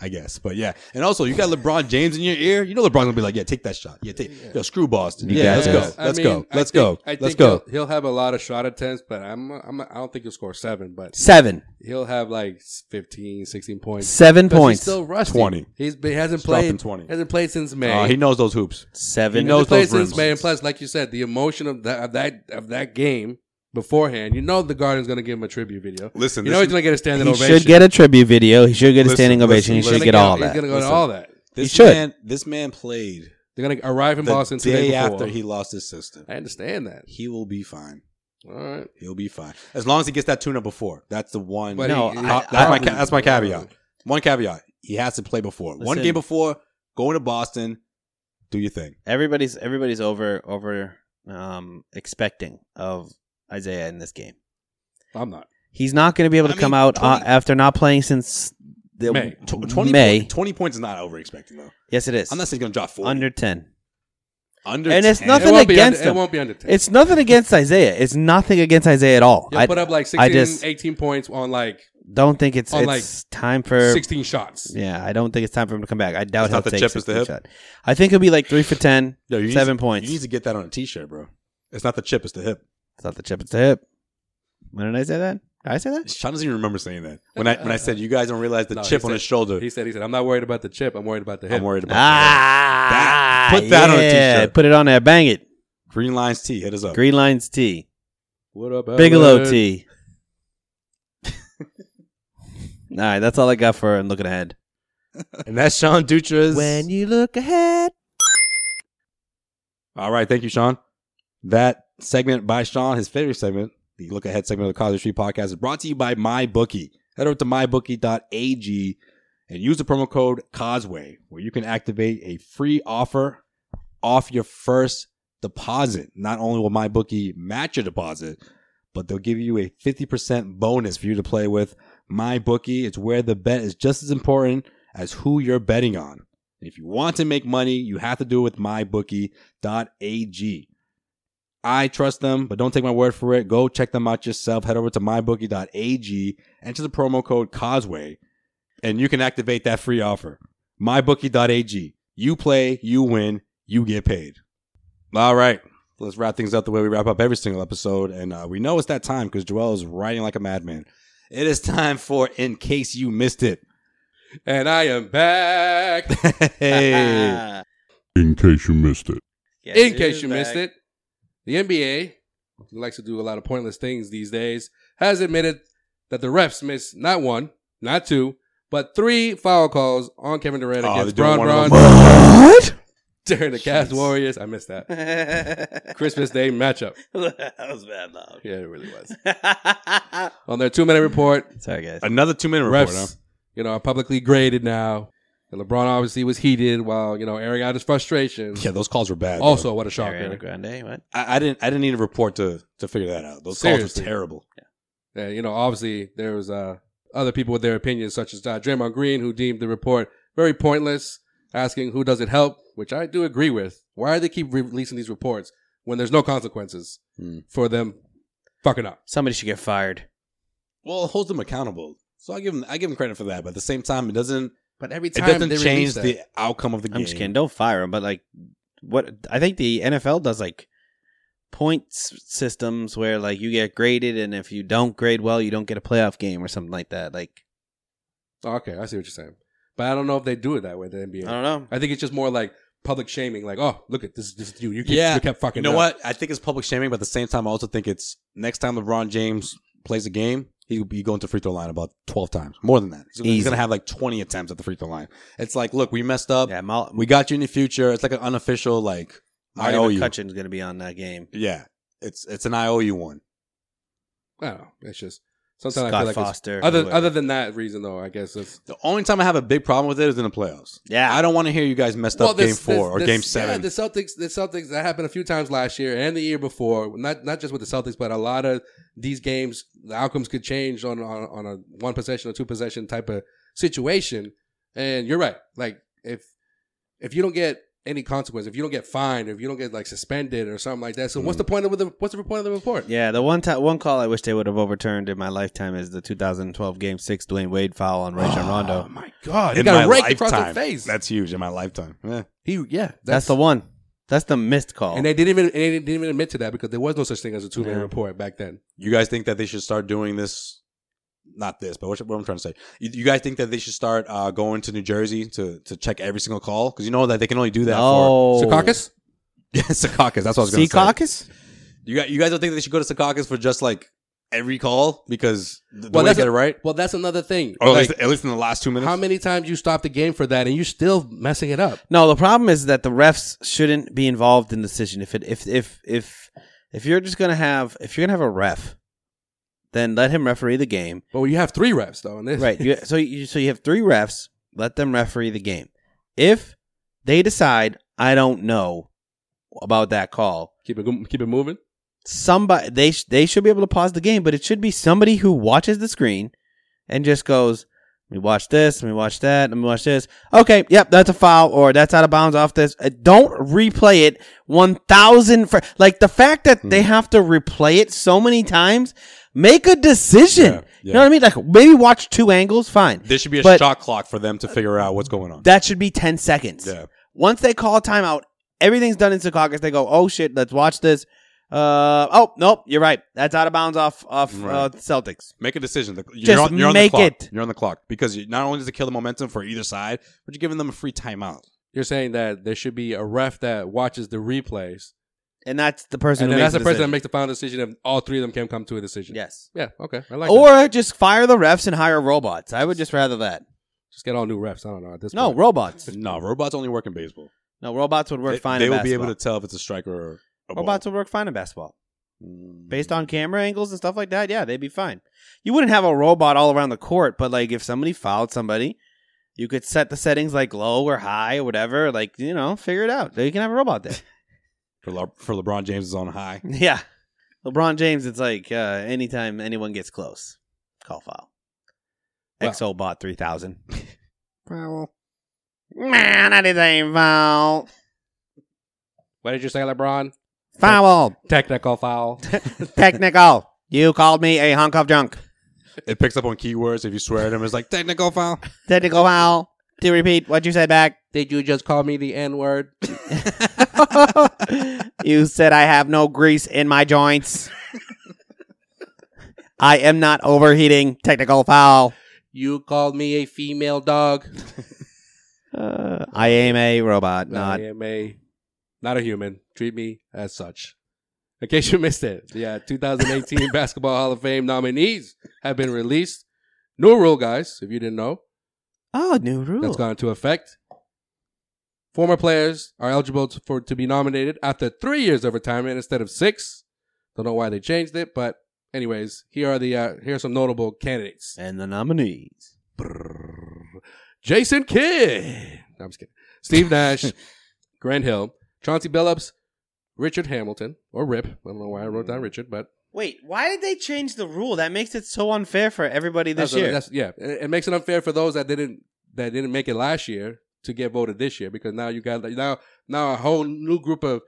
[SPEAKER 6] I guess. But yeah. And also, you got LeBron James in your ear. You know LeBron's going to be like, yeah, take that shot. Yeah, take, yo, screw Boston.
[SPEAKER 3] You
[SPEAKER 6] Yeah,
[SPEAKER 3] got
[SPEAKER 6] let's
[SPEAKER 3] this.
[SPEAKER 6] go.
[SPEAKER 5] I
[SPEAKER 6] Let's
[SPEAKER 5] mean,
[SPEAKER 6] go.
[SPEAKER 5] I
[SPEAKER 6] Let's
[SPEAKER 5] think-
[SPEAKER 6] go.
[SPEAKER 5] I think
[SPEAKER 6] Let's go.
[SPEAKER 5] He'll, he'll have a lot of shot attempts, but I'm, I'm I don't think he'll score seven. But
[SPEAKER 4] Seven.
[SPEAKER 5] he'll have like 15, 16 points.
[SPEAKER 4] Seven
[SPEAKER 5] Because
[SPEAKER 4] points.
[SPEAKER 5] He's still rusty.
[SPEAKER 6] 20.
[SPEAKER 5] He's he hasn't
[SPEAKER 6] Stop him
[SPEAKER 5] played
[SPEAKER 6] 20.
[SPEAKER 5] Hasn't played since May.
[SPEAKER 6] Uh, he knows those hoops.
[SPEAKER 4] Seven.
[SPEAKER 6] He
[SPEAKER 5] Hasn't
[SPEAKER 6] knows
[SPEAKER 5] played
[SPEAKER 6] those rims.
[SPEAKER 5] since May. And plus, like you said, the emotion of that of that of that game beforehand. You know, the Garden's going to give him a tribute video.
[SPEAKER 6] Listen,
[SPEAKER 5] you
[SPEAKER 6] this
[SPEAKER 5] know he's
[SPEAKER 6] is-
[SPEAKER 5] going to get a standing
[SPEAKER 4] He
[SPEAKER 5] ovation.
[SPEAKER 4] should get a tribute video. He should get
[SPEAKER 6] Listen,
[SPEAKER 4] a standing ovation.
[SPEAKER 6] listen,
[SPEAKER 4] he
[SPEAKER 5] He's
[SPEAKER 4] should
[SPEAKER 5] gonna
[SPEAKER 4] get all
[SPEAKER 5] He's
[SPEAKER 4] that.
[SPEAKER 5] going to go to
[SPEAKER 6] Listen.
[SPEAKER 5] all that.
[SPEAKER 6] This
[SPEAKER 4] should.
[SPEAKER 6] man, this man played
[SPEAKER 5] They're going to arrive in
[SPEAKER 6] the
[SPEAKER 5] Boston two
[SPEAKER 6] day
[SPEAKER 5] days before.
[SPEAKER 6] after he lost his sister.
[SPEAKER 5] I understand that.
[SPEAKER 6] He will be fine.
[SPEAKER 5] All right.
[SPEAKER 6] He'll be fine as long as he gets that tune up before. That's the one.
[SPEAKER 5] But
[SPEAKER 4] No,
[SPEAKER 5] he-
[SPEAKER 4] I-
[SPEAKER 5] he-
[SPEAKER 6] that's my ca- that's my caveat. One caveat: he has to play before. One
[SPEAKER 4] Listen.
[SPEAKER 6] game before going to Boston. Do your thing.
[SPEAKER 4] Everybody's everybody's over over um expecting of Isaiah in this game.
[SPEAKER 5] I'm not.
[SPEAKER 4] He's not going to be able to
[SPEAKER 6] I mean,
[SPEAKER 4] come out uh,
[SPEAKER 6] 20
[SPEAKER 4] after not playing since the
[SPEAKER 5] May.
[SPEAKER 4] May.
[SPEAKER 6] Tw- Twenty
[SPEAKER 4] May.
[SPEAKER 6] point- Twenty points is not over expecting though.
[SPEAKER 4] yes, it is.
[SPEAKER 6] Unless he's going to drop four
[SPEAKER 4] under 10.
[SPEAKER 6] Under
[SPEAKER 4] and it's
[SPEAKER 5] It
[SPEAKER 6] 10.
[SPEAKER 4] nothing
[SPEAKER 5] won't be
[SPEAKER 4] against
[SPEAKER 5] under-
[SPEAKER 4] him.
[SPEAKER 5] It won't be under ten.
[SPEAKER 4] It's nothing against Isaiah. It's nothing against Isaiah at all.
[SPEAKER 5] He'll
[SPEAKER 4] I
[SPEAKER 5] put up like
[SPEAKER 4] I
[SPEAKER 5] 16,
[SPEAKER 4] just
[SPEAKER 5] 18 points on like
[SPEAKER 4] don't think it's
[SPEAKER 5] on,
[SPEAKER 4] it's
[SPEAKER 5] like,
[SPEAKER 4] time for
[SPEAKER 5] 16 shots.
[SPEAKER 4] Yeah, I don't think it's time for him to come back. I doubt
[SPEAKER 6] It's
[SPEAKER 4] he'll
[SPEAKER 6] not the
[SPEAKER 4] take
[SPEAKER 6] chip, it's the
[SPEAKER 4] 16
[SPEAKER 6] hip.
[SPEAKER 4] shot. I think he'll be like three for ten,
[SPEAKER 6] Yo, you need
[SPEAKER 4] seven
[SPEAKER 6] to-
[SPEAKER 4] points.
[SPEAKER 6] You need to get that on a T-shirt, bro. It's not the chip; it's the hip.
[SPEAKER 4] It's not the chip, it's the hip. When did I say that? Did I say that?
[SPEAKER 6] Sean doesn't even remember saying that when I when I said you guys don't realize the
[SPEAKER 5] No,
[SPEAKER 6] chip
[SPEAKER 5] he
[SPEAKER 6] on
[SPEAKER 5] said-
[SPEAKER 6] his shoulder.
[SPEAKER 5] He said, he said, I'm not worried about the chip. I'm worried about the hip.
[SPEAKER 6] I'm worried about. that.
[SPEAKER 4] Ah,
[SPEAKER 6] That- put that on a
[SPEAKER 4] yeah,
[SPEAKER 6] t-shirt.
[SPEAKER 4] Put it on there. Bang it.
[SPEAKER 6] Green Lines T. Hit us up.
[SPEAKER 4] Green Lines T.
[SPEAKER 5] What up, Ellen?
[SPEAKER 4] Bigelow T. all right, that's all I got for and looking ahead.
[SPEAKER 3] And that's Sean Dutra's.
[SPEAKER 4] you look ahead.
[SPEAKER 6] All right, thank you, Sean. That segment by Sean, his favorite segment, the look ahead segment of the Cosby Street Podcast, is brought to you by MyBookie. Head over to mybookie.ag and use the promo code Cosway, where you can activate a free offer off your first deposit. Not only will MyBookie match your deposit, but they'll give you a 50% bonus for you to play with. MyBookie, it's where the bet is just as important as who you're betting on. If you want to make money, you have to do it with mybookie.ag. I trust them, but don't take my word for it. Go check them out yourself. Head over to mybookie.ag, enter the promo code Causeway, and you can activate that free offer. Mybookie.ag. You play, you win, you get paid. All right. Let's wrap things up the way we wrap up every single episode. And uh, we know it's that time because Joel is writing like a madman. It is time for In Case You Missed It.
[SPEAKER 5] And I am back.
[SPEAKER 6] hey.
[SPEAKER 11] In case you missed it.
[SPEAKER 5] In case you missed it, the NBA, who likes to do a lot of pointless things these days, has admitted that the refs missed not one, not two, but three foul calls on Kevin Durant
[SPEAKER 6] Oh, they're
[SPEAKER 5] against
[SPEAKER 6] doing
[SPEAKER 5] Bron
[SPEAKER 6] one of them.
[SPEAKER 5] Bron during the Cavs Warriors. I missed that.
[SPEAKER 4] that
[SPEAKER 5] Christmas Day matchup.
[SPEAKER 4] was bad, though.
[SPEAKER 5] Yeah, it really was.
[SPEAKER 4] Yeah.
[SPEAKER 5] On their two minute report,
[SPEAKER 4] Sorry, guys.
[SPEAKER 6] Another two minute report,
[SPEAKER 5] refs,
[SPEAKER 6] huh?
[SPEAKER 5] you know, are publicly graded now. And LeBron obviously was heated while you know airing out his frustrations.
[SPEAKER 6] Yeah, those calls were bad. bro.
[SPEAKER 5] also, what a
[SPEAKER 4] Ariana
[SPEAKER 5] shocker!
[SPEAKER 4] Grande, what?
[SPEAKER 6] I, I didn't I didn't need a report to to figure that out. Those calls
[SPEAKER 5] Seriously.
[SPEAKER 6] were terrible.
[SPEAKER 5] Yeah, you know, obviously there was uh, other people with their opinions, such as uh, Draymond Green, who deemed the report very pointless, asking who does it help, which I do agree with. Why do they keep releasing these reports when there's no consequences
[SPEAKER 6] Hmm.
[SPEAKER 5] for them fucking up.
[SPEAKER 4] Somebody should get fired.
[SPEAKER 6] Well, it holds them accountable. So I give him I give him credit for that, but at the same time, it doesn't.
[SPEAKER 5] But every
[SPEAKER 6] it doesn't change the outcome of the game.
[SPEAKER 4] I'm just kidding. Don't fire him, but like, what I think the NFL does like points systems where like you get graded, and if you don't grade well, you don't get a playoff game or something like that. Like,
[SPEAKER 5] Oh, Okay, I see what you're saying, but I don't know if they do it that way. The NBA.
[SPEAKER 4] I
[SPEAKER 6] Uh,
[SPEAKER 4] don't know.
[SPEAKER 5] I think it's just more like public shaming. Like, oh, look at this. This is you. You kept,
[SPEAKER 6] Yeah,
[SPEAKER 5] you kept fucking.
[SPEAKER 6] You know
[SPEAKER 5] up.
[SPEAKER 6] what? I think it's public shaming, but at the same time, I also think it's next time LeBron James plays a game, he'll be going to free throw line about twelve times, more than that. He's gonna, he's
[SPEAKER 4] Easy.
[SPEAKER 6] gonna have like twenty attempts at the free throw line. It's like, look, we messed up. Yeah, we got you in the future. It's like an unofficial like I
[SPEAKER 4] Marty
[SPEAKER 6] owe you.
[SPEAKER 4] McCutcheon's going to be on that game.
[SPEAKER 6] Yeah, it's it's an I owe you one.
[SPEAKER 5] I don't know. It's just sometimes I
[SPEAKER 6] Scott
[SPEAKER 5] feel like it's-
[SPEAKER 6] Foster,
[SPEAKER 5] other
[SPEAKER 6] whoever.
[SPEAKER 5] other than that reason though, I guess it's
[SPEAKER 6] The only time I have a big problem with it is in the playoffs. Yeah, I don't want to hear you guys messed up game
[SPEAKER 5] this-
[SPEAKER 6] four
[SPEAKER 5] this-
[SPEAKER 6] or
[SPEAKER 5] this-
[SPEAKER 6] game
[SPEAKER 5] Yeah,
[SPEAKER 6] seven.
[SPEAKER 5] the Celtics, the Celtics that happened a few times last year and the year before. Not not just with the Celtics, but a lot of these games, the outcomes could change on on, on a one possession or two possession type of situation. And you're right. Like if if you don't get any consequence, if you don't get fined, if you don't get like suspended or something like that, so
[SPEAKER 6] Mm.
[SPEAKER 5] what's the point of the what's the point of the report?
[SPEAKER 4] Yeah, the one ti- one call I wish they would have overturned in my lifetime is the 2012 Game Six Dwayne Wade foul on Rajon Rondo.
[SPEAKER 5] my God, he
[SPEAKER 6] in
[SPEAKER 5] got
[SPEAKER 6] my
[SPEAKER 5] raked across the
[SPEAKER 6] lifetime.
[SPEAKER 5] face.
[SPEAKER 6] That's huge in my lifetime. Yeah.
[SPEAKER 5] He yeah,
[SPEAKER 4] That's, the one. That's the missed call.
[SPEAKER 5] And they didn't even and they didn't even admit to that because there was no such thing as a two man
[SPEAKER 6] Yeah.
[SPEAKER 5] report back then.
[SPEAKER 6] You guys think that they should start doing this? Not this, but what, what I'm trying to say. You, you guys think that they should start uh, going to New Jersey to to check every single call because you know that they can only do that
[SPEAKER 4] No.
[SPEAKER 6] for
[SPEAKER 4] Secaucus?
[SPEAKER 6] Yeah, Secaucus. That's what I was going to say.
[SPEAKER 4] Secaucus?
[SPEAKER 6] You guys, you guys don't think they should go to Secaucus for just like every call because the, the
[SPEAKER 5] Well,
[SPEAKER 6] way they
[SPEAKER 5] that's
[SPEAKER 6] get
[SPEAKER 5] a-
[SPEAKER 6] it right, Oh,
[SPEAKER 5] Well, that's another thing.
[SPEAKER 6] or at,
[SPEAKER 5] Like,
[SPEAKER 6] least, at least in the last two minutes.
[SPEAKER 5] how many times you stopped the game for that and you're still messing it up?
[SPEAKER 4] No, the problem is that the refs shouldn't be involved in the decision. If it if if if if you're just gonna have if you're gonna have a ref, then let him referee the game.
[SPEAKER 5] Well, you have three refs though in this,
[SPEAKER 4] Right. You, so you so you have three refs. Let them referee the game. If they decide I don't know about that call,
[SPEAKER 5] keep it go- keep it moving.
[SPEAKER 4] Somebody they sh- they should be able to pause the game, but it should be somebody who watches the screen and just goes, "Let me watch this. Let me watch that. Let me watch this." Okay, yep, that's a foul or that's out of bounds off this. Uh, Don't replay it one thousand for like the fact that
[SPEAKER 6] Hmm.
[SPEAKER 4] they have to replay it so many times. Make a decision. You know what I mean? Like maybe watch two angles. Fine.
[SPEAKER 6] There should be a
[SPEAKER 4] But-
[SPEAKER 6] shot clock for them to figure out what's going on.
[SPEAKER 4] that should be 10 seconds.
[SPEAKER 6] Yeah.
[SPEAKER 4] Once they call a timeout, everything's done in Secaucus. They go, oh shit, let's watch this. Uh, oh, nope, you're right. That's out of bounds off, off uh,
[SPEAKER 6] Right.
[SPEAKER 4] Celtics.
[SPEAKER 6] Make a decision. The- You're
[SPEAKER 4] Just
[SPEAKER 6] on, you're on
[SPEAKER 4] make
[SPEAKER 6] the clock.
[SPEAKER 4] it.
[SPEAKER 6] You're on the clock because you, not only does it kill the momentum for either side, but you're giving them a free timeout.
[SPEAKER 5] You're saying that there should be a ref that watches the replays,
[SPEAKER 4] And that's the person
[SPEAKER 5] and
[SPEAKER 4] who
[SPEAKER 5] then that's
[SPEAKER 4] makes
[SPEAKER 5] the
[SPEAKER 4] the
[SPEAKER 5] person that
[SPEAKER 4] decision.
[SPEAKER 5] makes the final decision. If all three of them can come to a decision,
[SPEAKER 4] Yes.
[SPEAKER 5] yeah, okay, I like.
[SPEAKER 4] or
[SPEAKER 5] that.
[SPEAKER 4] just fire the refs and hire robots. I would just rather that.
[SPEAKER 5] just get all new refs. I don't know at this.
[SPEAKER 4] No,
[SPEAKER 5] point.
[SPEAKER 4] robots.
[SPEAKER 6] No, robots only work in baseball.
[SPEAKER 4] No, robots would work
[SPEAKER 6] They-
[SPEAKER 4] fine
[SPEAKER 6] They
[SPEAKER 4] in
[SPEAKER 6] will
[SPEAKER 4] basketball.
[SPEAKER 6] be able to tell if it's a striker or a ball. Mm.
[SPEAKER 4] robots would work fine in basketball.
[SPEAKER 5] Mm-hmm.
[SPEAKER 4] Based on camera angles and stuff like that, yeah, they'd be fine. You wouldn't have a robot all around the court, but like if somebody fouled somebody, you could set the settings like low or high or whatever. Like you know, figure it out. You can have a robot there.
[SPEAKER 6] for, Le- for LeBron James is on high.
[SPEAKER 4] yeah, LeBron James. It's like uh, anytime anyone gets close, call foul.
[SPEAKER 6] Well-
[SPEAKER 4] Exobot three thousand.
[SPEAKER 9] Foul.
[SPEAKER 4] Man, that is a foul.
[SPEAKER 5] What did you say, LeBron?
[SPEAKER 4] Foul.
[SPEAKER 5] Technical foul.
[SPEAKER 4] Technical. You called me a hunk of junk.
[SPEAKER 6] It picks up on keywords. If you swear at him, it's like technical foul.
[SPEAKER 4] Technical foul. To repeat what you said back.
[SPEAKER 5] did you just call me the N word?
[SPEAKER 4] You said I have no grease in my joints. I am not overheating. Technical foul.
[SPEAKER 5] You called me a female dog.
[SPEAKER 4] Uh, I am a robot, not.
[SPEAKER 5] I am a not a human. Treat me as such. In case you missed it, yeah, 2018 Basketball Hall of Fame nominees have been released. New rule, guys, if you didn't know,
[SPEAKER 4] Oh, new rule.
[SPEAKER 5] that's gone into effect. Former players are eligible to, for to be nominated after three years of retirement instead of six. Don't know why they changed it, but anyways, here are the uh, here are some notable candidates.
[SPEAKER 4] And the nominees:
[SPEAKER 5] Jason Kidd. No, I'm just kidding. Steve Nash, Grant Hill, Chauncey Billups, Richard Hamilton, or Rip. I don't know why I wrote down Richard, but
[SPEAKER 4] Wait, why did they change the rule? That makes it so unfair for everybody this
[SPEAKER 5] that's
[SPEAKER 4] year.
[SPEAKER 5] that's- yeah, it, it makes it unfair for those that didn't that didn't make it last year to get voted this year because now you got like, now now a whole new group of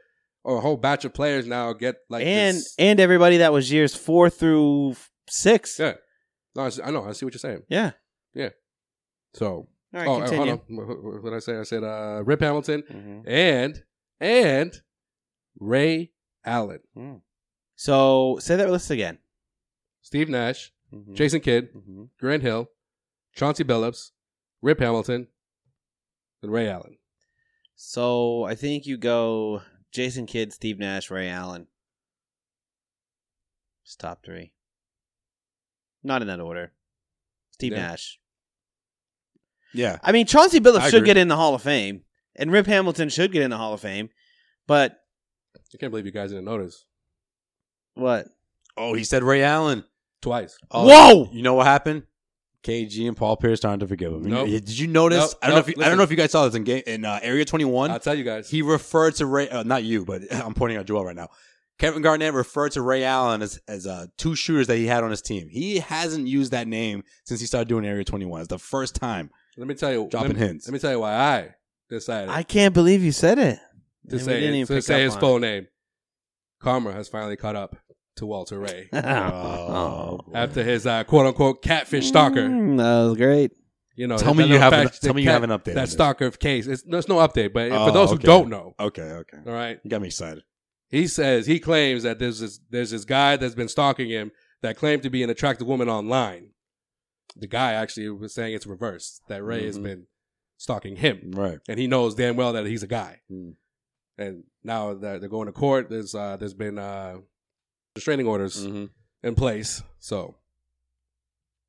[SPEAKER 5] or a whole batch of players now get like
[SPEAKER 4] and
[SPEAKER 5] this-
[SPEAKER 4] and everybody that was years four through f- six.
[SPEAKER 5] Yeah, no, I s- I know. I see what you're saying.
[SPEAKER 4] Yeah.
[SPEAKER 5] Yeah. So.
[SPEAKER 4] All right,
[SPEAKER 5] oh, uh,
[SPEAKER 4] continue.
[SPEAKER 5] hold on. What- What what did I say? I said uh, Rip Hamilton
[SPEAKER 4] Mm-hmm.
[SPEAKER 5] and and Ray Allen,
[SPEAKER 4] So say that list again.
[SPEAKER 5] Steve Nash,
[SPEAKER 4] Mm-hmm.
[SPEAKER 6] Mm.
[SPEAKER 5] Jason Kidd, Grant Hill, Chauncey Billups, Rip Hamilton, and Ray Allen.
[SPEAKER 4] So I think you go Jason Kidd, Steve Nash, Ray Allen. It's top three. Not in that order. Steve
[SPEAKER 6] Yeah.
[SPEAKER 4] Nash.
[SPEAKER 6] Yeah.
[SPEAKER 4] I mean, Chauncey Billups
[SPEAKER 6] I
[SPEAKER 4] should
[SPEAKER 6] agree.
[SPEAKER 4] get in the Hall of Fame, and Rip Hamilton should get in the Hall of Fame. But
[SPEAKER 5] I can't believe you guys didn't notice
[SPEAKER 4] what?
[SPEAKER 6] Oh, he said Ray Allen.
[SPEAKER 5] twice.
[SPEAKER 6] Oh,
[SPEAKER 4] Whoa!
[SPEAKER 6] You know what happened? KG and Paul Pierce starting to forgive him.
[SPEAKER 5] Nope.
[SPEAKER 6] Did you notice?
[SPEAKER 5] Nope,
[SPEAKER 6] I
[SPEAKER 5] nope,
[SPEAKER 6] don't know. If you, I
[SPEAKER 5] listen.
[SPEAKER 6] don't know if you guys saw this in game in uh, Area Twenty One.
[SPEAKER 5] I'll tell you guys.
[SPEAKER 6] He referred to Ray. Uh, not you, but I'm pointing at Joel right now. Kevin Garnett referred to Ray Allen as as uh, two shooters that he had on his team. He hasn't used that name since he started doing Area Twenty One. It's the first time.
[SPEAKER 5] Let me tell you.
[SPEAKER 6] Dropping
[SPEAKER 5] let me,
[SPEAKER 6] hints.
[SPEAKER 5] Let me tell you why I decided
[SPEAKER 4] I can't believe you said it.
[SPEAKER 5] to
[SPEAKER 4] And we
[SPEAKER 5] say
[SPEAKER 4] didn't even
[SPEAKER 5] to
[SPEAKER 4] pick
[SPEAKER 5] say
[SPEAKER 4] up
[SPEAKER 5] his
[SPEAKER 4] on
[SPEAKER 5] full name. Karma has finally caught up to Walter Ray
[SPEAKER 6] Oh.
[SPEAKER 5] after his uh, quote unquote catfish stalker.
[SPEAKER 4] Mm, that was great.
[SPEAKER 5] You know,
[SPEAKER 6] Tell me
[SPEAKER 5] that
[SPEAKER 6] you
[SPEAKER 5] little
[SPEAKER 6] have an-
[SPEAKER 5] fact-
[SPEAKER 6] tell
[SPEAKER 5] the
[SPEAKER 6] me you
[SPEAKER 5] cat-
[SPEAKER 6] have an update on
[SPEAKER 5] That
[SPEAKER 6] this.
[SPEAKER 5] stalker case. It's, there's no update, but
[SPEAKER 6] Oh,
[SPEAKER 5] for those
[SPEAKER 6] okay.
[SPEAKER 5] who don't know,
[SPEAKER 6] Okay. Okay.
[SPEAKER 5] all right,
[SPEAKER 6] You got me excited.
[SPEAKER 5] he says he claims that there's this there's this guy that's been stalking him that claimed to be an attractive woman online. The guy actually was saying it's reversed that Ray has
[SPEAKER 6] Mhm.
[SPEAKER 5] been stalking him,
[SPEAKER 6] Right.
[SPEAKER 5] and he knows damn well that he's a guy.
[SPEAKER 6] Mm.
[SPEAKER 5] And now that they're going to court, there's uh, there's been uh, restraining orders
[SPEAKER 6] Mm-hmm.
[SPEAKER 5] in place. So,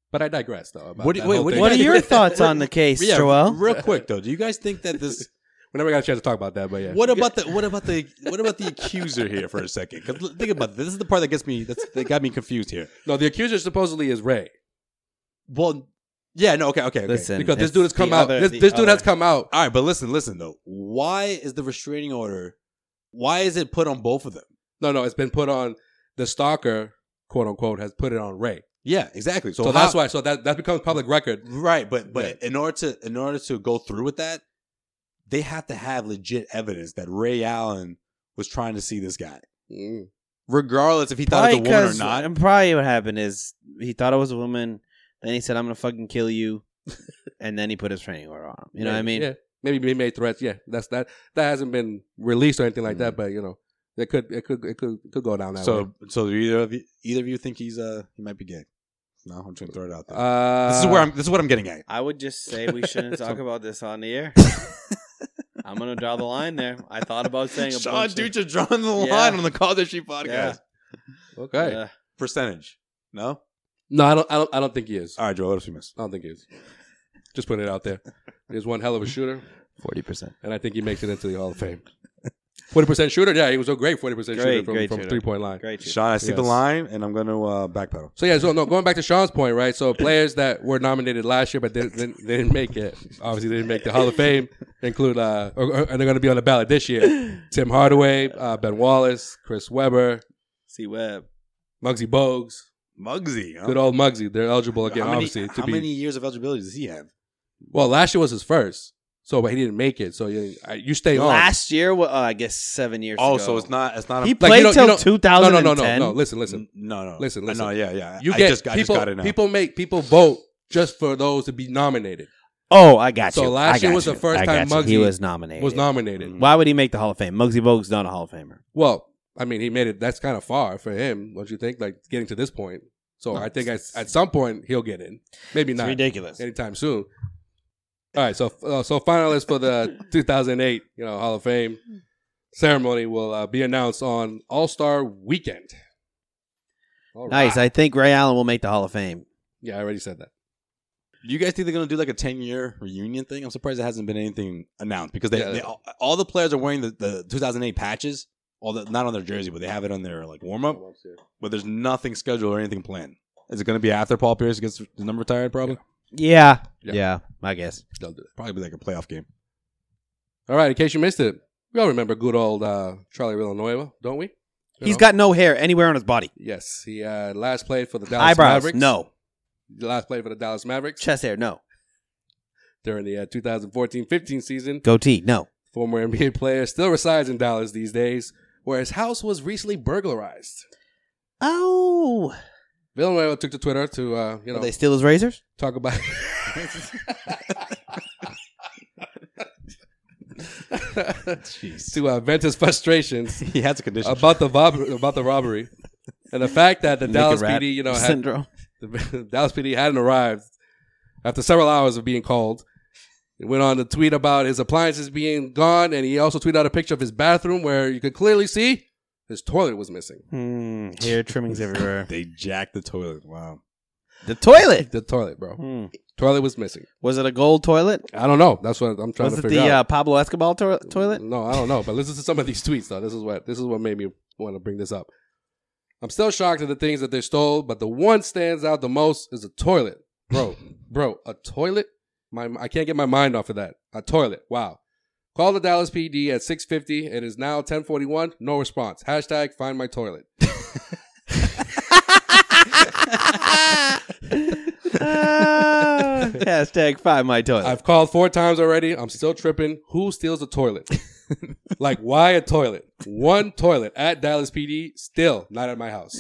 [SPEAKER 5] but I digress though. About
[SPEAKER 6] What do-
[SPEAKER 5] that
[SPEAKER 6] wait,
[SPEAKER 5] whole
[SPEAKER 6] what do
[SPEAKER 5] thing.
[SPEAKER 6] you What guys- are your
[SPEAKER 4] thoughts on the case,
[SPEAKER 5] yeah,
[SPEAKER 4] Joel?
[SPEAKER 6] Real quick though, do you guys think that this?
[SPEAKER 5] We never got a chance to talk about that, but yeah.
[SPEAKER 6] What about the what about the what about the accuser here for a second? 'Cause l- think about this. This is the part that gets me that's, that got me confused here.
[SPEAKER 5] No, the accuser supposedly is Ray.
[SPEAKER 6] Well, yeah, no, okay, okay, okay.
[SPEAKER 4] Listen,
[SPEAKER 5] Because this
[SPEAKER 4] it's
[SPEAKER 5] dude has come
[SPEAKER 4] the
[SPEAKER 5] out.
[SPEAKER 4] other-
[SPEAKER 5] this
[SPEAKER 4] the
[SPEAKER 5] this dude has
[SPEAKER 4] other-
[SPEAKER 5] come out.
[SPEAKER 6] All right, but listen, listen though. Why is the restraining order? Why is it put on both of them?
[SPEAKER 5] No, no, it's been put on the stalker, quote unquote, has put it on Ray.
[SPEAKER 6] Yeah, exactly.
[SPEAKER 5] So,
[SPEAKER 6] So, how-
[SPEAKER 5] that's why. So that that becomes public record.
[SPEAKER 6] right? But but in order to in order to go through with that, they have to have legit evidence that Ray Allen was trying to see this guy,
[SPEAKER 4] Mm,
[SPEAKER 6] regardless if he thought it was a woman or
[SPEAKER 4] 'cause-
[SPEAKER 6] not.
[SPEAKER 4] And probably what happened is he thought it was a woman. Then he said, "I'm gonna fucking kill you," and then he put his training order on. him. You know what I mean?
[SPEAKER 5] Yeah. Maybe he made threats. Yeah, that's that. That hasn't been released or anything like
[SPEAKER 4] Mm.
[SPEAKER 5] that. But you know, it could it could it could it could go down that way.
[SPEAKER 6] So so do either of you either of you think he's uh he might be gay? No, I'm just gonna throw it out there.
[SPEAKER 5] Uh,
[SPEAKER 6] this is where I'm. This is what I'm getting at.
[SPEAKER 4] I would just say we shouldn't talk about this on the air. I'm gonna draw the line there. I thought about saying a
[SPEAKER 6] Sean
[SPEAKER 4] bunch of-
[SPEAKER 6] Dutra drawing the line
[SPEAKER 4] Yeah.
[SPEAKER 6] on the Call That She podcast.
[SPEAKER 4] Yeah.
[SPEAKER 5] Okay.
[SPEAKER 4] Ugh.
[SPEAKER 6] Percentage? No.
[SPEAKER 5] no, I don't, I don't. I don't think he is. I
[SPEAKER 6] All right, Joel. What else we miss?
[SPEAKER 5] don't think he is. Just putting it out there. He's one hell of a shooter,
[SPEAKER 4] 40%.
[SPEAKER 5] and I think he makes it into the Hall of Fame. Forty percent shooter. Yeah, he was a great forty percent shooter
[SPEAKER 4] Great,
[SPEAKER 5] from,
[SPEAKER 4] great
[SPEAKER 5] from
[SPEAKER 4] shooter.
[SPEAKER 5] three point line.
[SPEAKER 4] Great. shooter.
[SPEAKER 6] Sean, I see the
[SPEAKER 5] Yes.
[SPEAKER 6] line, and I'm going to uh, backpedal.
[SPEAKER 5] So yeah, so no, going back to Sean's point, right? So players that were nominated last year but didn't didn't, they didn't make it, obviously they didn't make the Hall of Fame. Include uh, or, or- and they're going to be on the ballot this year: Tim Hardaway, uh, Ben Wallace, Chris Webber,
[SPEAKER 4] C Web.
[SPEAKER 5] Muggsy Bogues,
[SPEAKER 6] Muggsy. Huh?
[SPEAKER 5] good old Muggsy. They're eligible again,
[SPEAKER 6] how many,
[SPEAKER 5] obviously to
[SPEAKER 6] how
[SPEAKER 5] be.
[SPEAKER 6] many years of eligibility does he have?
[SPEAKER 5] Well, last year was his first, so but he didn't make it. So you, I- you stay on.
[SPEAKER 4] Last year, wa- uh, I guess seven years.
[SPEAKER 6] Oh,
[SPEAKER 4] ago.
[SPEAKER 6] so it's not. It's not.
[SPEAKER 4] He
[SPEAKER 6] a,
[SPEAKER 4] played
[SPEAKER 5] you don't- you don't-
[SPEAKER 4] till 2010.
[SPEAKER 5] No, no, no, no, no. Listen, listen.
[SPEAKER 6] N- no, no.
[SPEAKER 5] Listen,
[SPEAKER 6] I
[SPEAKER 5] listen.
[SPEAKER 6] know, yeah, yeah.
[SPEAKER 5] You
[SPEAKER 6] I
[SPEAKER 5] get
[SPEAKER 6] just, I
[SPEAKER 5] people.
[SPEAKER 6] just got it now.
[SPEAKER 5] People make people vote just for those to be nominated.
[SPEAKER 4] Oh, I got
[SPEAKER 5] So
[SPEAKER 4] you.
[SPEAKER 5] last
[SPEAKER 4] I got
[SPEAKER 5] year was
[SPEAKER 4] you.
[SPEAKER 5] the first
[SPEAKER 4] I got
[SPEAKER 5] time
[SPEAKER 4] you. he
[SPEAKER 5] Muggsy
[SPEAKER 4] was nominated.
[SPEAKER 5] Was nominated.
[SPEAKER 4] Why would he make the Hall of Fame? Muggsy Bogues not a Hall of Famer.
[SPEAKER 5] Well, I mean, he made it. That's kind of far for him, don't you think? Like getting to this point. So I think at, at some point he'll get in. Maybe
[SPEAKER 4] It's
[SPEAKER 5] not
[SPEAKER 4] ridiculous.
[SPEAKER 5] anytime soon. All right, so uh, so finalists for the 2008 you know Hall of Fame ceremony will uh, be announced on All Star Weekend. All
[SPEAKER 4] Nice.
[SPEAKER 5] right.
[SPEAKER 4] I think Ray Allen will make the Hall of Fame.
[SPEAKER 5] yeah, I already said that.
[SPEAKER 6] Do you guys think they're going to do like a 10 year reunion thing? I'm surprised there hasn't been anything announced because they,
[SPEAKER 5] Yeah.
[SPEAKER 6] they all, all the players are wearing the, the 2008 patches, all the, not on their jersey, but they have it on their like warm up. But there's nothing scheduled or anything planned. Is it going to be after Paul Pierce gets his number retired? Probably.
[SPEAKER 4] Yeah.
[SPEAKER 5] Yeah.
[SPEAKER 4] Yeah. I guess.
[SPEAKER 5] They'll do that.
[SPEAKER 6] Probably be like a playoff game.
[SPEAKER 5] All right, in case you missed it, we all remember good old uh, Charlie Villanueva, don't we? You
[SPEAKER 4] He's
[SPEAKER 5] know?
[SPEAKER 4] got no hair anywhere on his body.
[SPEAKER 5] yes. He uh, last played for the Dallas
[SPEAKER 4] Eyebrows.
[SPEAKER 5] Mavericks.
[SPEAKER 4] No.
[SPEAKER 5] last played for the Dallas Mavericks.
[SPEAKER 4] Chest hair. No.
[SPEAKER 5] during the uh, 2014-15 season.
[SPEAKER 4] Goatee. No.
[SPEAKER 5] Former NBA player still resides in Dallas these days. where his house was recently burglarized.
[SPEAKER 4] Oh.
[SPEAKER 5] Villanueva took to Twitter to, uh, you know,
[SPEAKER 4] they steal his razors?
[SPEAKER 5] talk about. to uh, vent his frustrations.
[SPEAKER 6] He has a condition
[SPEAKER 5] about the rob- about the robbery and the fact that the
[SPEAKER 6] Naked
[SPEAKER 5] Dallas
[SPEAKER 6] rat
[SPEAKER 5] PD, you know, had,
[SPEAKER 6] syndrome.
[SPEAKER 5] The Dallas PD hadn't arrived after several hours of being called. He went on to tweet about his appliances being gone, and he also tweeted out a picture of his bathroom where you could clearly see his toilet was missing.
[SPEAKER 4] Hmm. hair trimmings everywhere.
[SPEAKER 6] they jacked the toilet. Wow.
[SPEAKER 4] The toilet.
[SPEAKER 5] The toilet, bro. Toilet was missing.
[SPEAKER 4] Was it a gold toilet?
[SPEAKER 5] I don't know. That's what I'm trying
[SPEAKER 4] Was
[SPEAKER 5] to
[SPEAKER 4] it
[SPEAKER 5] figure
[SPEAKER 4] the
[SPEAKER 5] out.
[SPEAKER 4] uh, Pablo Escobar to- toilet?
[SPEAKER 5] No, I don't know. But listen to some of these tweets though. This is what this is what made me want to bring this up. I'm still shocked at the things that they stole, but the one stands out the most is a toilet, bro, bro, a toilet. My I can't get my mind off of that. A toilet. Wow. Call the Dallas PD at 6:50. It is now 10:41. No response. Hashtag find my toilet.
[SPEAKER 4] Ah, hashtag find my toilet.
[SPEAKER 5] I've called four times already. I'm still tripping. Who steals a toilet? like, why a toilet? One toilet at Dallas PD, still not at my house.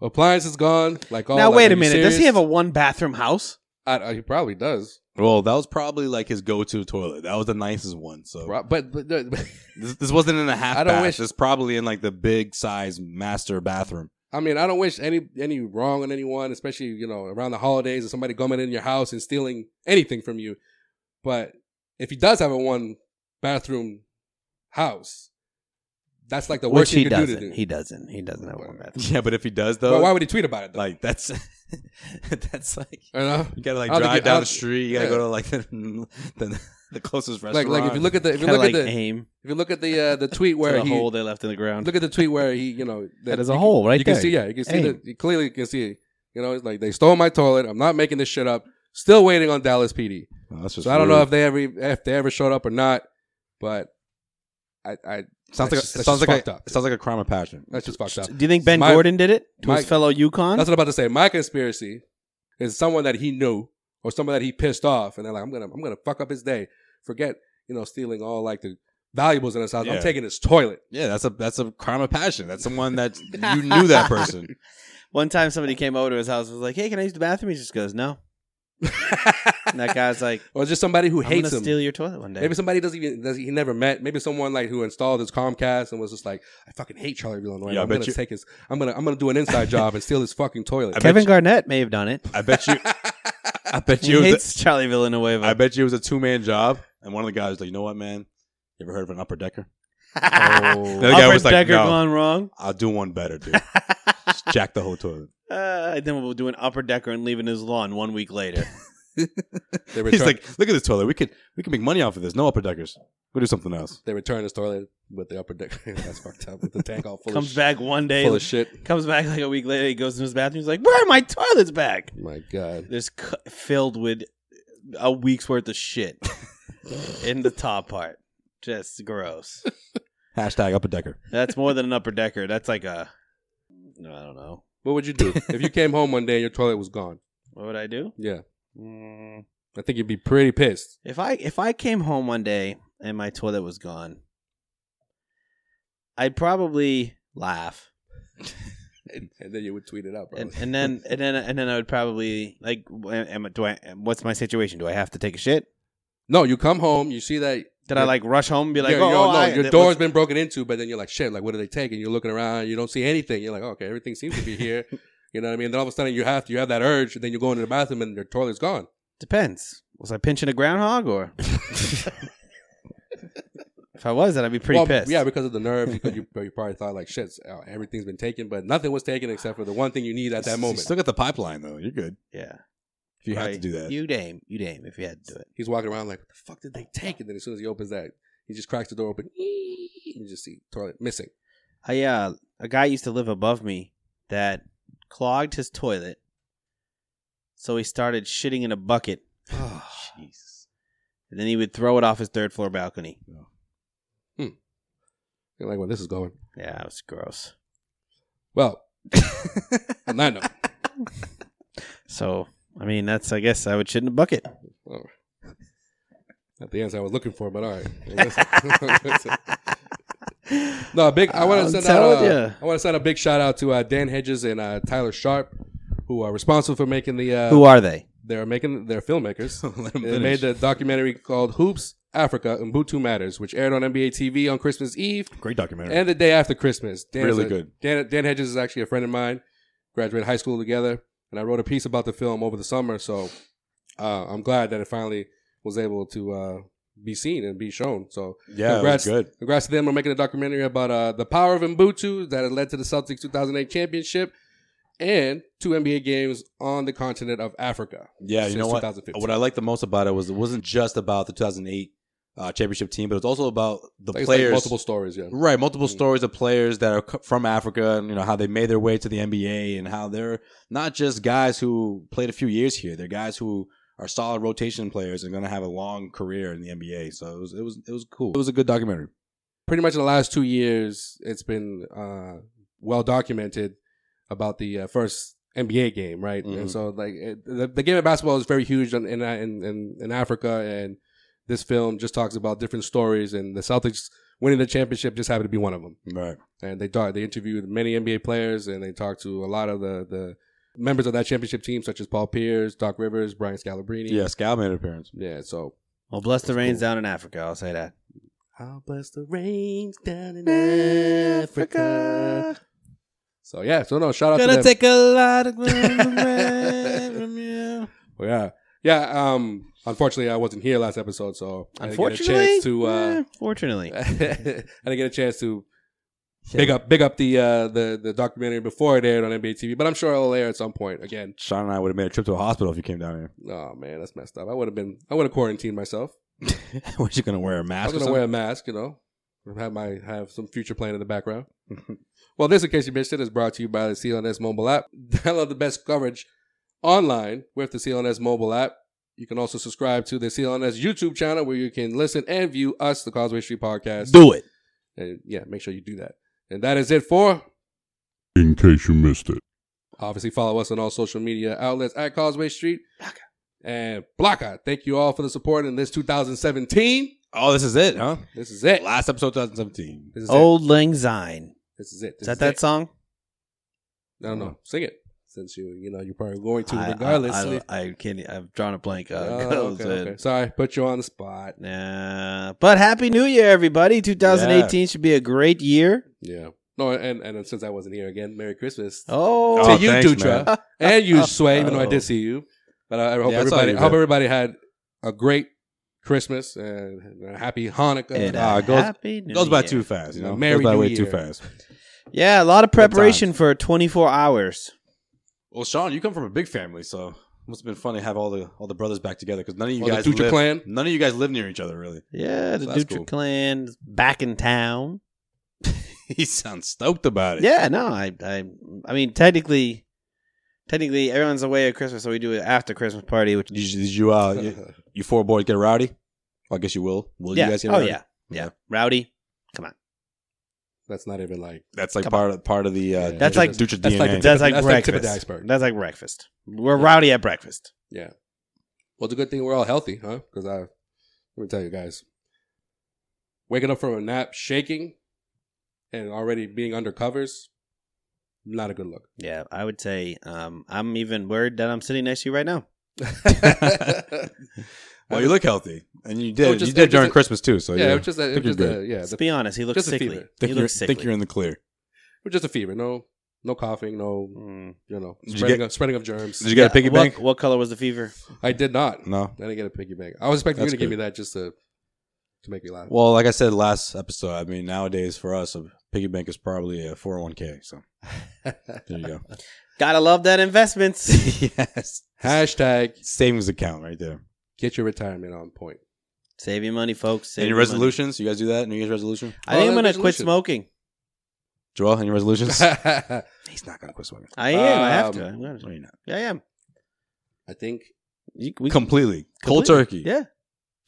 [SPEAKER 5] Appliance is gone. Like, all
[SPEAKER 4] Hmm. now
[SPEAKER 5] like,
[SPEAKER 4] wait
[SPEAKER 5] are you
[SPEAKER 4] a minute. Does he
[SPEAKER 5] serious?
[SPEAKER 4] have a one bathroom house?
[SPEAKER 5] I, I- he probably does.
[SPEAKER 6] Well, that was probably like his go-to toilet. That was the nicest one. So
[SPEAKER 5] Pro- But, but, but
[SPEAKER 6] this, this wasn't in a half.
[SPEAKER 5] I don't
[SPEAKER 6] bath.
[SPEAKER 5] wish-
[SPEAKER 6] It's probably in like the big size master bathroom.
[SPEAKER 5] I mean, I don't wish any any wrong on anyone, especially you know around the holidays or somebody coming in your house and stealing anything from you. But if he does have a one bathroom house, that's like the
[SPEAKER 4] Which
[SPEAKER 5] worst
[SPEAKER 4] he
[SPEAKER 5] you can do
[SPEAKER 4] doesn't.
[SPEAKER 5] to do.
[SPEAKER 4] He doesn't. He doesn't have one bathroom.
[SPEAKER 6] Yeah, but if he does though,
[SPEAKER 5] But why would he tweet about it? Though? Uh-huh.
[SPEAKER 6] like that's that's like
[SPEAKER 5] You know?
[SPEAKER 6] you gotta like
[SPEAKER 5] I don't think
[SPEAKER 6] drive
[SPEAKER 5] you- I
[SPEAKER 6] down
[SPEAKER 5] don't-
[SPEAKER 6] the street. You gotta go
[SPEAKER 5] yeah.
[SPEAKER 6] to like the the, the closest
[SPEAKER 5] like
[SPEAKER 6] restaurant.
[SPEAKER 5] like if you look at the if you
[SPEAKER 4] Kinda
[SPEAKER 5] look at
[SPEAKER 4] like
[SPEAKER 5] the
[SPEAKER 4] aim.
[SPEAKER 5] if you look at the uh, the tweet
[SPEAKER 4] Where
[SPEAKER 5] where
[SPEAKER 4] the
[SPEAKER 5] he
[SPEAKER 4] hole they left in the ground.
[SPEAKER 5] look at the tweet where he you know
[SPEAKER 4] That is a
[SPEAKER 5] you can-
[SPEAKER 4] hole right
[SPEAKER 5] you
[SPEAKER 4] there.
[SPEAKER 5] can see yeah you can see
[SPEAKER 4] Hey.
[SPEAKER 5] that you clearly can see you know it's like they stole my toilet. I'm not making this shit up. Still waiting on Dallas PD.
[SPEAKER 6] Oh, that's just
[SPEAKER 5] So I don't know
[SPEAKER 6] rude.
[SPEAKER 5] if they ever if they ever showed up or not, but I I
[SPEAKER 6] sounds
[SPEAKER 5] that's
[SPEAKER 6] like a,
[SPEAKER 5] just-
[SPEAKER 6] it
[SPEAKER 5] that's
[SPEAKER 6] sounds
[SPEAKER 5] just
[SPEAKER 6] like
[SPEAKER 5] fucked
[SPEAKER 6] a,
[SPEAKER 5] up. Uh,
[SPEAKER 6] it sounds like a crime of passion.
[SPEAKER 5] That's just fucked up.
[SPEAKER 4] Do you think Ben
[SPEAKER 5] My-
[SPEAKER 4] Gordon did it to
[SPEAKER 5] my-
[SPEAKER 4] his fellow Yukon?
[SPEAKER 5] That's what I'm about to say. My conspiracy is someone that he knew or someone that he pissed off, and they're like, I'm gonna I'm gonna fuck up his day. Forget you know stealing all like the valuables in his house.
[SPEAKER 6] Yeah.
[SPEAKER 5] I'm taking his toilet.
[SPEAKER 6] Yeah, that's a that's a crime of passion. That's someone that you knew that person.
[SPEAKER 4] One time somebody came over to his house and was like, Hey, can I use the bathroom? He just goes, No. and that guy's like,
[SPEAKER 5] Or just somebody who
[SPEAKER 4] I'm
[SPEAKER 5] hates
[SPEAKER 4] gonna
[SPEAKER 5] him.
[SPEAKER 4] steal your toilet one day.
[SPEAKER 5] Maybe somebody doesn't even does he never met. Maybe someone like who installed his Comcast and was just like, I fucking hate Charlie Villanueva.
[SPEAKER 6] Yeah, I
[SPEAKER 5] I'm
[SPEAKER 6] bet
[SPEAKER 5] gonna
[SPEAKER 6] you-
[SPEAKER 5] take his. I'm gonna I'm gonna do an inside job and steal his fucking toilet.
[SPEAKER 4] Kevin Garnett may have done it.
[SPEAKER 6] I bet you. I bet
[SPEAKER 4] He
[SPEAKER 6] you. it was a-
[SPEAKER 4] hates Charlie Villanueva.
[SPEAKER 6] I bet you it was a two man job, and one of the guys was like, "You know what, man? You ever heard of an upper decker?"
[SPEAKER 5] Oh.
[SPEAKER 6] The other guy
[SPEAKER 4] Upper
[SPEAKER 6] was like,
[SPEAKER 4] decker
[SPEAKER 6] "No."
[SPEAKER 4] gone wrong.
[SPEAKER 6] I'll do one better, dude. Just jack the whole toilet.
[SPEAKER 4] Uh, then we'll do an upper decker and leave it in his lawn one week later.
[SPEAKER 5] They
[SPEAKER 6] He's
[SPEAKER 5] return,
[SPEAKER 6] like, "Look at this toilet. We could we could make money off of this. No upper deckers. Go do something else."
[SPEAKER 5] they return his toilet with the upper deck. That's fucked up. With the tank all full
[SPEAKER 4] comes
[SPEAKER 5] of
[SPEAKER 4] back one day,
[SPEAKER 5] full of shit.
[SPEAKER 4] comes back like a week later. He goes in his bathroom. He's like, "Where are my toilets back?"
[SPEAKER 5] My God.
[SPEAKER 4] There's cu- filled with a week's worth of shit in the top part. Just gross.
[SPEAKER 6] Hashtag upper decker.
[SPEAKER 4] That's more than an upper decker. That's like a no, I don't know.
[SPEAKER 5] What would you do if you came home one day and your toilet was gone?
[SPEAKER 4] What would I do?
[SPEAKER 5] Yeah,
[SPEAKER 4] Mm,
[SPEAKER 5] I think you'd be pretty pissed.
[SPEAKER 4] If I if I came home one day and my toilet was gone, I'd probably laugh.
[SPEAKER 5] And, and then you would tweet it out, bro.
[SPEAKER 4] and, and then and then and then I would probably like, w- am, do I? What's my situation? Do I have to take a shit?
[SPEAKER 5] no, you come home, you see that.
[SPEAKER 4] Did I like rush home and be like,
[SPEAKER 5] Yeah,
[SPEAKER 4] oh,
[SPEAKER 5] you know,
[SPEAKER 4] oh,
[SPEAKER 5] no,
[SPEAKER 4] I-
[SPEAKER 5] your
[SPEAKER 4] that
[SPEAKER 5] door's
[SPEAKER 4] was-
[SPEAKER 5] been broken into, but then you're like, shit, like what do they take? And you're looking around, you don't see anything. You're like, okay, everything seems to be here. you know what I mean? Then all of a sudden you have to, you have that urge, and then you go into the bathroom and your toilet's gone.
[SPEAKER 4] depends? Was I pinching a groundhog or? if I was, then I'd be pretty
[SPEAKER 5] Well,
[SPEAKER 4] pissed.
[SPEAKER 5] Yeah, because of the nerves, because you, you probably thought like, shit, uh, everything's been taken, but nothing was taken except for the one thing you need at that
[SPEAKER 6] You
[SPEAKER 5] moment.
[SPEAKER 6] still got the pipeline though. You're good
[SPEAKER 4] yeah.
[SPEAKER 6] if you have
[SPEAKER 4] Right.
[SPEAKER 6] to do that.
[SPEAKER 4] You dame, you dame. If you had to do it,
[SPEAKER 5] He's walking around like, what the fuck did they take? And then as soon as he opens that, he just cracks the door open. and you just see toilet missing.
[SPEAKER 4] I uh, a guy used to live above me that clogged his toilet, so he started shitting in a bucket.
[SPEAKER 6] Jesus.
[SPEAKER 4] And then he would throw it off his third floor balcony.
[SPEAKER 5] You're like, well, this is going.
[SPEAKER 4] Yeah, it was gross.
[SPEAKER 5] Well, on that note,
[SPEAKER 4] So, I mean, that's, I guess, I would shit in a bucket.
[SPEAKER 5] well, not the answer I was looking for, but all right. Well, listen. Listen. No, big. I want
[SPEAKER 4] I'm
[SPEAKER 5] to send out.
[SPEAKER 4] telling
[SPEAKER 5] uh,
[SPEAKER 4] ya.
[SPEAKER 5] I want to send a big shout out to uh, Dan Hedges and uh, Tyler Sharp, who are responsible for making the. Uh,
[SPEAKER 4] Who are they?
[SPEAKER 5] They're making. They're filmmakers.
[SPEAKER 6] Let 'em
[SPEAKER 5] they
[SPEAKER 6] finish.
[SPEAKER 5] made the documentary called Hoops Africa Ubuntu Matters, which aired on NBA TV on Christmas Eve.
[SPEAKER 6] Great documentary.
[SPEAKER 5] And the day after Christmas. Dan's
[SPEAKER 6] Really
[SPEAKER 5] a-
[SPEAKER 6] good.
[SPEAKER 5] Dan, Dan Hedges is actually a friend of mine. Graduated high school together, and I wrote a piece about the film over the summer. So uh, I'm glad that it finally was able to uh, be seen and be shown. So
[SPEAKER 6] Yeah, it was
[SPEAKER 5] congrats,
[SPEAKER 6] good.
[SPEAKER 5] Congrats to them on making a documentary about uh, the power of Mbutu that has led to the Celtics 2008 championship and two NBA games on the continent of Africa.
[SPEAKER 6] Yeah, you
[SPEAKER 5] since
[SPEAKER 6] know what?
[SPEAKER 5] 2015.
[SPEAKER 6] What I liked the most about it was it wasn't just about the 2008 uh, championship team, but it was also about the
[SPEAKER 5] It's like
[SPEAKER 6] players.
[SPEAKER 5] multiple stories, yeah.
[SPEAKER 6] Right, multiple stories of players that are co- from Africa and you know how they made their way to the NBA and how they're not just guys who played a few years here. They're guys who are solid rotation players and going to have a long career in the NBA. So it was it was it was cool. It was a good documentary.
[SPEAKER 5] pretty much in the last two years, it's been uh, well documented about the uh, first NBA game, right?
[SPEAKER 6] Mhm.
[SPEAKER 5] And so, like, it, the, the game of basketball is very huge in in, in in in Africa, and this film just talks about different stories, and the Celtics winning the championship just happened to be one of them.
[SPEAKER 6] Right.
[SPEAKER 5] And they talked, they interviewed many NBA players, and they talked to a lot of the the members of that championship team, such as Paul Pierce, Doc Rivers, Brian Scalabrine.
[SPEAKER 6] Yeah, Scal made an appearance.
[SPEAKER 5] Yeah, so
[SPEAKER 4] Well, bless the rains down in Africa. I'll say that.
[SPEAKER 5] I'll bless the rains down in Africa. So yeah, so no, shout out to
[SPEAKER 4] Gonna
[SPEAKER 5] them.
[SPEAKER 4] take a lot of rain from you.
[SPEAKER 5] Well, yeah, yeah. Um, unfortunately, I wasn't here last episode, so I didn't get a
[SPEAKER 4] Unfortunately,
[SPEAKER 5] chance to. Uh,
[SPEAKER 4] Eh, fortunately,
[SPEAKER 5] I didn't get a chance to big up, big up the uh, the the documentary before it aired on NBA TV, but I'm sure it'll air at some point again.
[SPEAKER 6] Sean and I would have made a trip to a hospital if you came down here.
[SPEAKER 5] Oh man, that's messed up. I would have been, I would have quarantined myself.
[SPEAKER 6] was you going to wear a
[SPEAKER 5] I
[SPEAKER 6] mask?
[SPEAKER 5] was
[SPEAKER 6] or
[SPEAKER 5] gonna wear a mask, you know. Have my have some future playing in the background. well, this in case you missed it is brought to you by the CLNS mobile app. Download the best coverage online with the CLNS mobile app. You can also subscribe to the CLNS YouTube channel where you can listen and view us, the Causeway Street Podcast.
[SPEAKER 11] Do it.
[SPEAKER 5] And yeah, make sure you do that. And that is it for
[SPEAKER 11] In case you missed it.
[SPEAKER 5] obviously follow us on all social media outlets at Causeway Street and Blocker. Thank you all for the support in this 2017.
[SPEAKER 6] Oh, this is it, huh?
[SPEAKER 5] This is it.
[SPEAKER 6] Last episode 2017.
[SPEAKER 5] This is it.
[SPEAKER 4] old Lang Syne.
[SPEAKER 5] This is it.
[SPEAKER 4] Is
[SPEAKER 5] This
[SPEAKER 4] that
[SPEAKER 5] is
[SPEAKER 4] that
[SPEAKER 5] it.
[SPEAKER 4] song?
[SPEAKER 5] I don't know. Sing it. Since you, you know, you're probably going to
[SPEAKER 4] I-
[SPEAKER 5] regardless.
[SPEAKER 4] I, I, I can't. e, I've drawn a blank. Uh,
[SPEAKER 5] Oh,
[SPEAKER 4] goes
[SPEAKER 5] okay,
[SPEAKER 4] in.
[SPEAKER 5] okay. Sorry, put you on the spot.
[SPEAKER 4] Nah. But happy New Year, everybody! 2018 should be a great year.
[SPEAKER 5] Yeah. No, and and since I wasn't here again, Merry Christmas.
[SPEAKER 4] Oh,
[SPEAKER 5] to
[SPEAKER 4] Oh,
[SPEAKER 5] you,
[SPEAKER 4] thanks,
[SPEAKER 5] Dutra,
[SPEAKER 4] man.
[SPEAKER 5] and you, Sway. Even though I
[SPEAKER 4] Oh.
[SPEAKER 5] did see you, but I, I hope
[SPEAKER 6] Yeah, I saw
[SPEAKER 5] everybody,
[SPEAKER 6] you,
[SPEAKER 5] I hope
[SPEAKER 6] man.
[SPEAKER 5] everybody had a great Christmas and a happy Hanukkah. Uh,
[SPEAKER 4] And a
[SPEAKER 6] Ah, it goes
[SPEAKER 4] Happy New
[SPEAKER 6] goes by
[SPEAKER 4] Year.
[SPEAKER 6] too fast. You know,
[SPEAKER 5] Merry
[SPEAKER 6] goes by
[SPEAKER 5] New
[SPEAKER 6] way too
[SPEAKER 5] Year.
[SPEAKER 6] fast.
[SPEAKER 4] Yeah, a lot of preparation for 24 hours.
[SPEAKER 6] Well, Sean, you come from a big family, so it must have been fun to have all the all the brothers back together because none of you
[SPEAKER 5] All the
[SPEAKER 6] guys
[SPEAKER 5] Dutra
[SPEAKER 6] live,
[SPEAKER 5] clan?
[SPEAKER 6] None of you guys live near each other, really.
[SPEAKER 4] Yeah, the
[SPEAKER 6] So that's
[SPEAKER 4] Dutra
[SPEAKER 6] cool.
[SPEAKER 4] clan is back in town.
[SPEAKER 6] he sounds stoked about it.
[SPEAKER 4] Yeah, no, I, I, I mean, technically, technically, everyone's away at Christmas, so we do it after Christmas party, which
[SPEAKER 6] Did you, did you,
[SPEAKER 4] Oh,
[SPEAKER 6] uh, you, you four boys get rowdy? Well, I guess you will. Will
[SPEAKER 4] yeah.
[SPEAKER 6] you guys get
[SPEAKER 4] oh
[SPEAKER 6] rowdy?
[SPEAKER 4] yeah, yeah, rowdy. Come on,
[SPEAKER 5] That's not even like
[SPEAKER 6] That's like
[SPEAKER 4] Come
[SPEAKER 6] part of part of the uh,
[SPEAKER 4] That's
[SPEAKER 6] Dutra-
[SPEAKER 4] like-
[SPEAKER 6] Dutra
[SPEAKER 5] that's
[SPEAKER 6] DNA.
[SPEAKER 5] like the tip of-
[SPEAKER 4] that's like
[SPEAKER 5] that's like
[SPEAKER 4] breakfast.
[SPEAKER 5] tip of the iceberg.
[SPEAKER 4] That's like breakfast. We're rowdy at breakfast.
[SPEAKER 5] yeah. Well, it's a good thing we're all healthy, huh? Because I, let me tell you guys, waking up from a nap, shaking, and already being under covers, not a good look.
[SPEAKER 4] Yeah, I would say um, I'm even worried that I'm sitting next to you right now.
[SPEAKER 6] well, you look healthy, and you did.
[SPEAKER 5] was just-
[SPEAKER 6] you
[SPEAKER 5] it
[SPEAKER 6] did
[SPEAKER 5] was
[SPEAKER 6] during
[SPEAKER 5] just a-
[SPEAKER 6] Christmas too. So
[SPEAKER 5] yeah,
[SPEAKER 6] yeah,
[SPEAKER 5] it was just a,
[SPEAKER 6] I
[SPEAKER 5] it
[SPEAKER 6] think
[SPEAKER 5] was just
[SPEAKER 6] you're
[SPEAKER 5] a
[SPEAKER 6] good.
[SPEAKER 5] yeah.
[SPEAKER 4] Let's
[SPEAKER 5] the-
[SPEAKER 4] be honest, he looks
[SPEAKER 5] just a
[SPEAKER 4] sickly.
[SPEAKER 5] fever.
[SPEAKER 4] He
[SPEAKER 6] Think you're,
[SPEAKER 4] looks sickly.
[SPEAKER 6] think you're in the clear.
[SPEAKER 5] It was just a fever. No, no coughing. No,
[SPEAKER 4] Mm.
[SPEAKER 5] you know,
[SPEAKER 6] you
[SPEAKER 5] spreading,
[SPEAKER 6] get-
[SPEAKER 5] of, spreading of germs.
[SPEAKER 6] Did you get a
[SPEAKER 4] Yeah,
[SPEAKER 6] piggy
[SPEAKER 4] what,
[SPEAKER 6] bank?
[SPEAKER 4] What color was the fever?
[SPEAKER 5] I did not.
[SPEAKER 6] No.
[SPEAKER 5] I didn't get a piggy bank. I was expecting
[SPEAKER 6] That's
[SPEAKER 5] you to give me
[SPEAKER 6] good.
[SPEAKER 5] that just to to make me laugh.
[SPEAKER 6] Well, like I said last episode, I mean nowadays for us, a piggy bank is probably a four hundred one k. So there you go.
[SPEAKER 4] Gotta love that investments.
[SPEAKER 6] yes,
[SPEAKER 5] Hashtag
[SPEAKER 6] savings account right there.
[SPEAKER 5] get your retirement on point.
[SPEAKER 4] Save your money, folks. Save
[SPEAKER 6] any
[SPEAKER 4] your money.
[SPEAKER 6] resolutions? You guys do that? New Year's resolution?
[SPEAKER 4] I think
[SPEAKER 5] Oh,
[SPEAKER 4] I'm gonna quit
[SPEAKER 5] resolution.
[SPEAKER 4] smoking.
[SPEAKER 6] Joel, any resolutions?
[SPEAKER 5] I
[SPEAKER 6] He's not gonna quit smoking.
[SPEAKER 4] I am. I have
[SPEAKER 5] Um,
[SPEAKER 4] to. I'm
[SPEAKER 6] No,
[SPEAKER 4] gonna-
[SPEAKER 6] you're not.
[SPEAKER 4] Yeah, I am.
[SPEAKER 5] think
[SPEAKER 4] You, we
[SPEAKER 6] completely. Cold
[SPEAKER 4] completely-
[SPEAKER 6] turkey.
[SPEAKER 4] Yeah,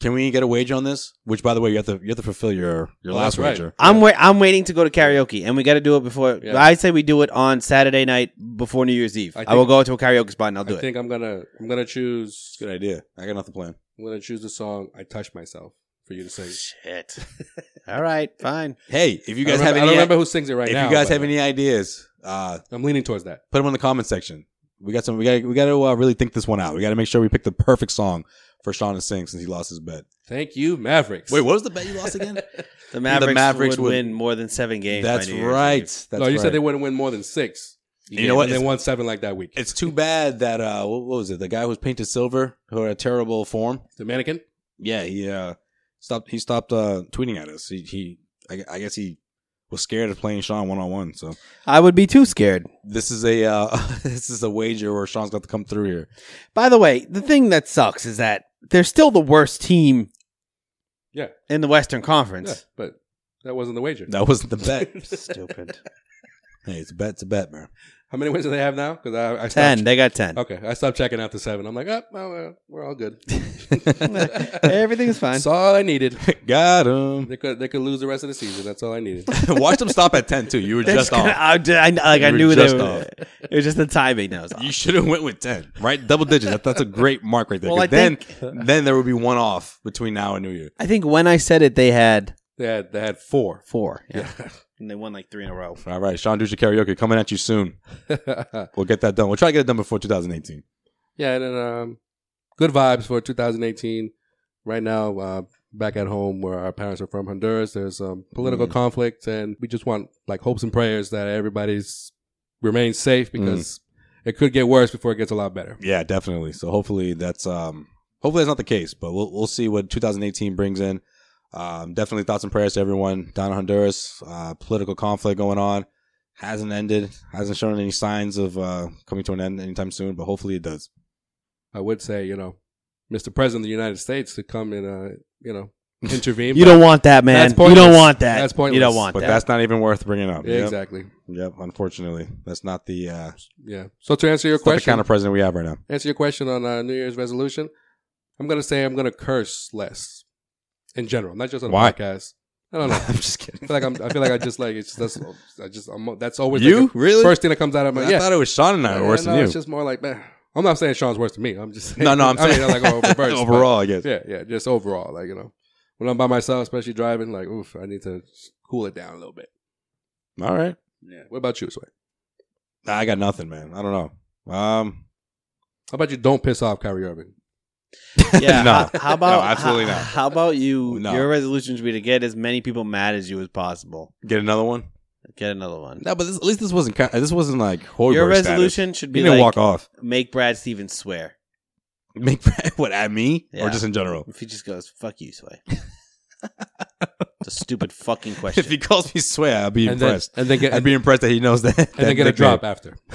[SPEAKER 6] Can we get a wager on this? Which, by the way, you have to you have to fulfill your your
[SPEAKER 5] Oh, that's
[SPEAKER 6] last
[SPEAKER 5] right.
[SPEAKER 6] wager.
[SPEAKER 4] I'm wait. I'm waiting to go to karaoke, and we got to do it before.
[SPEAKER 5] Yeah.
[SPEAKER 4] I say we do it on Saturday night before New Year's Eve. I,
[SPEAKER 5] I
[SPEAKER 4] will
[SPEAKER 5] think-
[SPEAKER 4] go to a karaoke spot and I'll
[SPEAKER 5] I
[SPEAKER 4] do it.
[SPEAKER 5] think I'm gonna I'm gonna choose
[SPEAKER 6] Good idea. I got nothing planned.
[SPEAKER 5] I'm gonna choose the song I Touch Myself. for you to sing.
[SPEAKER 4] Shit. All right, fine.
[SPEAKER 6] Hey, if you guys
[SPEAKER 5] I remember-
[SPEAKER 6] have any,
[SPEAKER 5] I don't remember who sings it right
[SPEAKER 6] if
[SPEAKER 5] now,
[SPEAKER 6] you guys
[SPEAKER 5] but-
[SPEAKER 6] have any ideas, uh,
[SPEAKER 5] I'm leaning towards that.
[SPEAKER 6] Put them in the comment section. We got some. We got. We got to uh, really think this one out. We got to make sure we pick the perfect song for Sean to sing since he lost his bet.
[SPEAKER 5] Thank you, Mavericks.
[SPEAKER 6] Wait, what was the bet you lost again?
[SPEAKER 4] The Mavericks,
[SPEAKER 6] Mavericks
[SPEAKER 4] would,
[SPEAKER 6] would-
[SPEAKER 4] win more than seven games.
[SPEAKER 6] That's
[SPEAKER 4] by New Year's Eve.
[SPEAKER 6] right. That's
[SPEAKER 5] no, you
[SPEAKER 6] right.
[SPEAKER 5] said they wouldn't win more than six.
[SPEAKER 6] You know what?
[SPEAKER 5] And they
[SPEAKER 6] It's-
[SPEAKER 5] won seven like that week.
[SPEAKER 6] It's too bad that uh, what, what was it? The guy who was painted silver, who had a terrible form.
[SPEAKER 5] The mannequin.
[SPEAKER 6] Yeah, he uh, stopped. He stopped uh, tweeting at us. He, he I, I guess he was scared of playing Sean one on one. So
[SPEAKER 4] I would be too scared.
[SPEAKER 6] this is a uh, this is a wager where Sean's got to come through here.
[SPEAKER 4] By the way, the thing that sucks is that they're still the worst team
[SPEAKER 5] Yeah.
[SPEAKER 4] in the Western Conference.
[SPEAKER 5] Yeah, but that wasn't the wager.
[SPEAKER 6] That wasn't the bet. Stupid. Hey, it's a bet. It's a bet, man.
[SPEAKER 5] How many wins do they have now? Because I, I stopped-
[SPEAKER 4] Ten. They got ten.
[SPEAKER 5] Okay, I stopped checking out the seven. I'm like, oh, well, uh, we're all good.
[SPEAKER 4] Everything's fine.
[SPEAKER 5] That's all I needed.
[SPEAKER 6] Got him.
[SPEAKER 5] They could they could lose the rest of the season. That's all I needed.
[SPEAKER 6] Watch them stop at ten too. You were
[SPEAKER 4] They're
[SPEAKER 6] just
[SPEAKER 4] gonna-
[SPEAKER 6] off.
[SPEAKER 4] I, did- I- like I
[SPEAKER 6] You were
[SPEAKER 4] knew
[SPEAKER 6] just
[SPEAKER 4] they were.
[SPEAKER 6] off.
[SPEAKER 4] It was just the timing that was off.
[SPEAKER 6] You should have went with ten, right? Double digits. That, that's a great mark right there.
[SPEAKER 4] Well, I
[SPEAKER 6] 'Cause then
[SPEAKER 4] think-
[SPEAKER 6] then there would be one off between now and New Year.
[SPEAKER 4] I think when I said it, they had
[SPEAKER 5] They had they had four.
[SPEAKER 4] four. Yeah.
[SPEAKER 5] Yeah.
[SPEAKER 4] and they won like three in a row.
[SPEAKER 6] All right, Sean Dusha karaoke coming at you soon.
[SPEAKER 5] yeah,
[SPEAKER 6] We'll get that done. We'll try to get it done before 2018.
[SPEAKER 5] and then, um, good vibes for 2018. Right now, uh, back at home where our parents are from, Honduras, there's um, political
[SPEAKER 6] Mm.
[SPEAKER 5] conflict, and we just want like hopes and prayers that everybody's remains safe because
[SPEAKER 4] Mm.
[SPEAKER 5] it could get worse before it gets a lot better.
[SPEAKER 6] Yeah, definitely. So hopefully that's um hopefully that's not the case, but we'll we'll see what 2018 brings in. Um, definitely thoughts and prayers to everyone down in Honduras. Uh, political conflict going on hasn't ended, hasn't shown any signs of uh, coming to an end anytime soon, but hopefully it does.
[SPEAKER 5] I would say, you know, Mr. President of the United States to come and, uh, you know, intervene.
[SPEAKER 4] You don't want that, man.
[SPEAKER 5] That's
[SPEAKER 4] You don't
[SPEAKER 5] pointless.
[SPEAKER 4] want that.
[SPEAKER 5] That's pointless.
[SPEAKER 4] You don't want
[SPEAKER 6] But
[SPEAKER 4] that.
[SPEAKER 6] that's not even worth bringing up.
[SPEAKER 5] Yeah,
[SPEAKER 6] Yep.
[SPEAKER 5] Exactly.
[SPEAKER 6] Yep. Unfortunately, that's not the uh,
[SPEAKER 5] Yeah. So to answer your
[SPEAKER 6] that's not the
[SPEAKER 5] question,
[SPEAKER 6] kind of president we have right now.
[SPEAKER 5] answer your question on uh, New Year's resolution, I'm gonna say I'm gonna curse less in general, not just on the
[SPEAKER 6] Why?
[SPEAKER 5] podcast. I don't know.
[SPEAKER 6] I'm just kidding.
[SPEAKER 5] I feel like I'm. I feel like I just like it's that's. I just. I'm, that's always
[SPEAKER 6] You?
[SPEAKER 5] like, the
[SPEAKER 6] Really?
[SPEAKER 5] first thing that comes out of my.
[SPEAKER 6] I
[SPEAKER 5] yeah.
[SPEAKER 6] thought it was Sean and I were
[SPEAKER 5] Yeah,
[SPEAKER 6] worse
[SPEAKER 5] no,
[SPEAKER 6] than you.
[SPEAKER 5] It's just more like man. I'm not saying Sean's worse than me. I'm just saying,
[SPEAKER 6] no, no, I'm
[SPEAKER 5] I mean,
[SPEAKER 6] saying
[SPEAKER 5] like oh, reverse, but-
[SPEAKER 6] overall, I guess.
[SPEAKER 5] Yeah, yeah, just overall, like you know, when I'm by myself, especially driving, like oof, I need to cool it down a little bit.
[SPEAKER 6] All right.
[SPEAKER 5] Yeah. What about you, Sway?
[SPEAKER 6] Nah, I got nothing, man. I don't know. Um,
[SPEAKER 5] How about you? Don't piss off Kyrie Irving.
[SPEAKER 4] Yeah.
[SPEAKER 6] No.
[SPEAKER 4] How, how about
[SPEAKER 6] No, absolutely
[SPEAKER 4] how,
[SPEAKER 6] not.
[SPEAKER 4] How about you?
[SPEAKER 6] No.
[SPEAKER 4] Your resolution should be to get as many people mad as you as possible.
[SPEAKER 6] get another one.
[SPEAKER 4] Get another one.
[SPEAKER 6] No, but this, at least this wasn't kind this wasn't like Hoiberg
[SPEAKER 4] Your
[SPEAKER 6] status.
[SPEAKER 4] resolution should be
[SPEAKER 6] You didn't
[SPEAKER 4] like-
[SPEAKER 6] walk off.
[SPEAKER 4] Make Brad Stevens swear.
[SPEAKER 6] Make what at me
[SPEAKER 4] Yeah.
[SPEAKER 6] or just in general.
[SPEAKER 4] If he just goes, "Fuck you, Sway." it's a stupid fucking question.
[SPEAKER 6] If he calls me swear, I'd be
[SPEAKER 5] And then-
[SPEAKER 6] impressed.
[SPEAKER 5] and then get-
[SPEAKER 6] I'd be impressed that he knows that. that
[SPEAKER 5] And then get a
[SPEAKER 6] nickname.
[SPEAKER 5] drop after.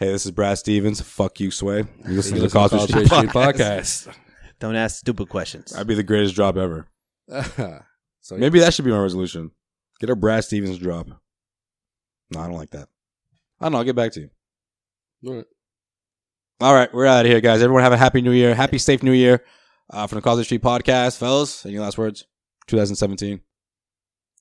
[SPEAKER 6] hey, this is Brad Stevens. Fuck you, Sway. You listen to the
[SPEAKER 5] listen to
[SPEAKER 6] Cosby
[SPEAKER 5] Cosby
[SPEAKER 6] Street
[SPEAKER 5] Street
[SPEAKER 6] podcast.
[SPEAKER 4] Don't ask stupid questions.
[SPEAKER 6] I'd be the greatest drop ever.
[SPEAKER 5] podcast. so
[SPEAKER 6] Maybe that should be my resolution. Get a Brad Stevens drop. No, I don't like that. I don't know. I'll get back to you.
[SPEAKER 5] All right.
[SPEAKER 6] All right, we're out of here, guys. Everyone have a happy new year. Happy, safe new year uh, from the Cosby Street podcast. Fellas, any last words? 2017.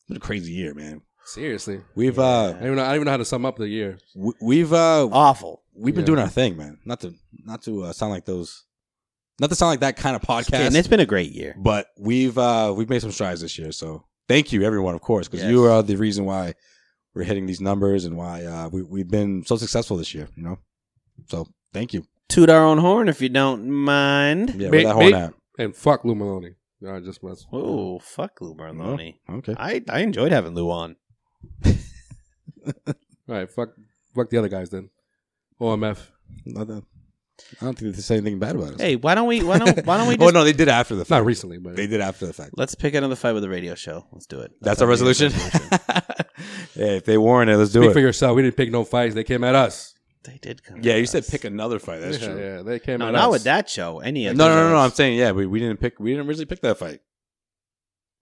[SPEAKER 6] What a crazy year, man.
[SPEAKER 5] Seriously,
[SPEAKER 6] We've uh
[SPEAKER 5] I don't, even know, I don't even know how to sum up the year.
[SPEAKER 6] we, we've uh
[SPEAKER 4] Awful.
[SPEAKER 6] we've been
[SPEAKER 5] Yeah.
[SPEAKER 6] doing our thing, man. Not to not to uh, sound like those not to sound like that kind of podcast.
[SPEAKER 4] And it's been a great year.
[SPEAKER 6] but we've uh we've made some strides this year, so thank you everyone, of course, because you
[SPEAKER 4] Yes.
[SPEAKER 6] are the reason why we're hitting these numbers and why uh we, we've been so successful this year, you know. So thank you.
[SPEAKER 4] Toot our own horn if you don't mind.
[SPEAKER 6] Yeah,
[SPEAKER 5] Make-
[SPEAKER 6] where that horn
[SPEAKER 5] make-
[SPEAKER 6] at?
[SPEAKER 5] And fuck Lou Maloney. No, I just mess.
[SPEAKER 4] Oh, fuck Lou Barloni.
[SPEAKER 6] Okay.
[SPEAKER 4] I, I enjoyed having Lou on.
[SPEAKER 5] All right, fuck, fuck the other guys then. OMF.
[SPEAKER 6] Not that- I don't think they say anything bad about us.
[SPEAKER 4] Hey, why don't we why don't why don't we
[SPEAKER 6] oh
[SPEAKER 4] just
[SPEAKER 6] no, they did after the fact.
[SPEAKER 5] Not recently, but
[SPEAKER 6] They did after the fact.
[SPEAKER 4] let's pick another fight with a radio show. Let's do it.
[SPEAKER 6] That's our resolution. yeah, if they warrant it, let's do
[SPEAKER 5] speak for
[SPEAKER 6] it.
[SPEAKER 5] yourself. We didn't pick no fights. They came at us.
[SPEAKER 4] They did come.
[SPEAKER 6] Yeah,
[SPEAKER 4] at
[SPEAKER 6] you
[SPEAKER 4] us.
[SPEAKER 6] said pick another fight. That's
[SPEAKER 5] yeah,
[SPEAKER 6] true.
[SPEAKER 5] yeah, they came
[SPEAKER 4] No,
[SPEAKER 5] at
[SPEAKER 4] not
[SPEAKER 5] us.
[SPEAKER 4] with that show. Any
[SPEAKER 6] No,
[SPEAKER 4] of
[SPEAKER 6] no,
[SPEAKER 4] those.
[SPEAKER 6] no, no. I'm saying yeah, we, we didn't pick. We didn't originally pick that fight.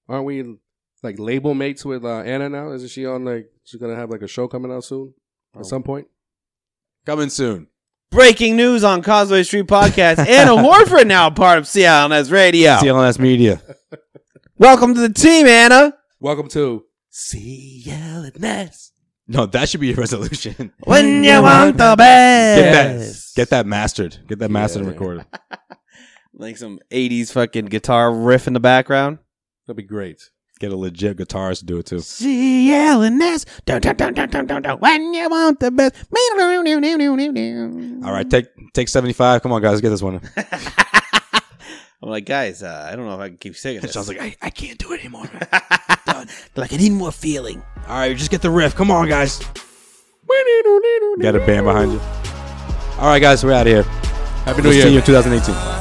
[SPEAKER 5] Aren't we like label mates with uh, Anna now? Isn't she on like she's gonna have like a show coming out soon
[SPEAKER 6] Oh.
[SPEAKER 5] at some point?
[SPEAKER 6] Coming soon.
[SPEAKER 4] Breaking news on Causeway Street Podcast. Anna Horford now part of CLNS Radio.
[SPEAKER 6] CLNS Media.
[SPEAKER 4] Welcome to the team, Anna.
[SPEAKER 5] Welcome to
[SPEAKER 4] CLNS.
[SPEAKER 6] No, that should be your resolution.
[SPEAKER 4] When you want the
[SPEAKER 6] Get
[SPEAKER 4] best.
[SPEAKER 6] that. Get that mastered. Get that mastered and recorded.
[SPEAKER 4] like some '80s fucking guitar riff in the background.
[SPEAKER 5] That'd be great.
[SPEAKER 6] Get a legit guitarist to do it too.
[SPEAKER 4] CLNS. Dun, dun, dun, dun, dun, dun, dun. When you want the best. I'm
[SPEAKER 6] All right, take take seventy five. Come on, guys, get this one.
[SPEAKER 4] like, guys, uh, I don't know if I can keep singing this.
[SPEAKER 6] Sean's like, I, I can't do it anymore.
[SPEAKER 4] like, I need more feeling.
[SPEAKER 6] All right, just get the riff. Come on, guys. Got a band behind you. All right, guys, we're out of here. Happy
[SPEAKER 5] New Year.
[SPEAKER 6] See you in 2018.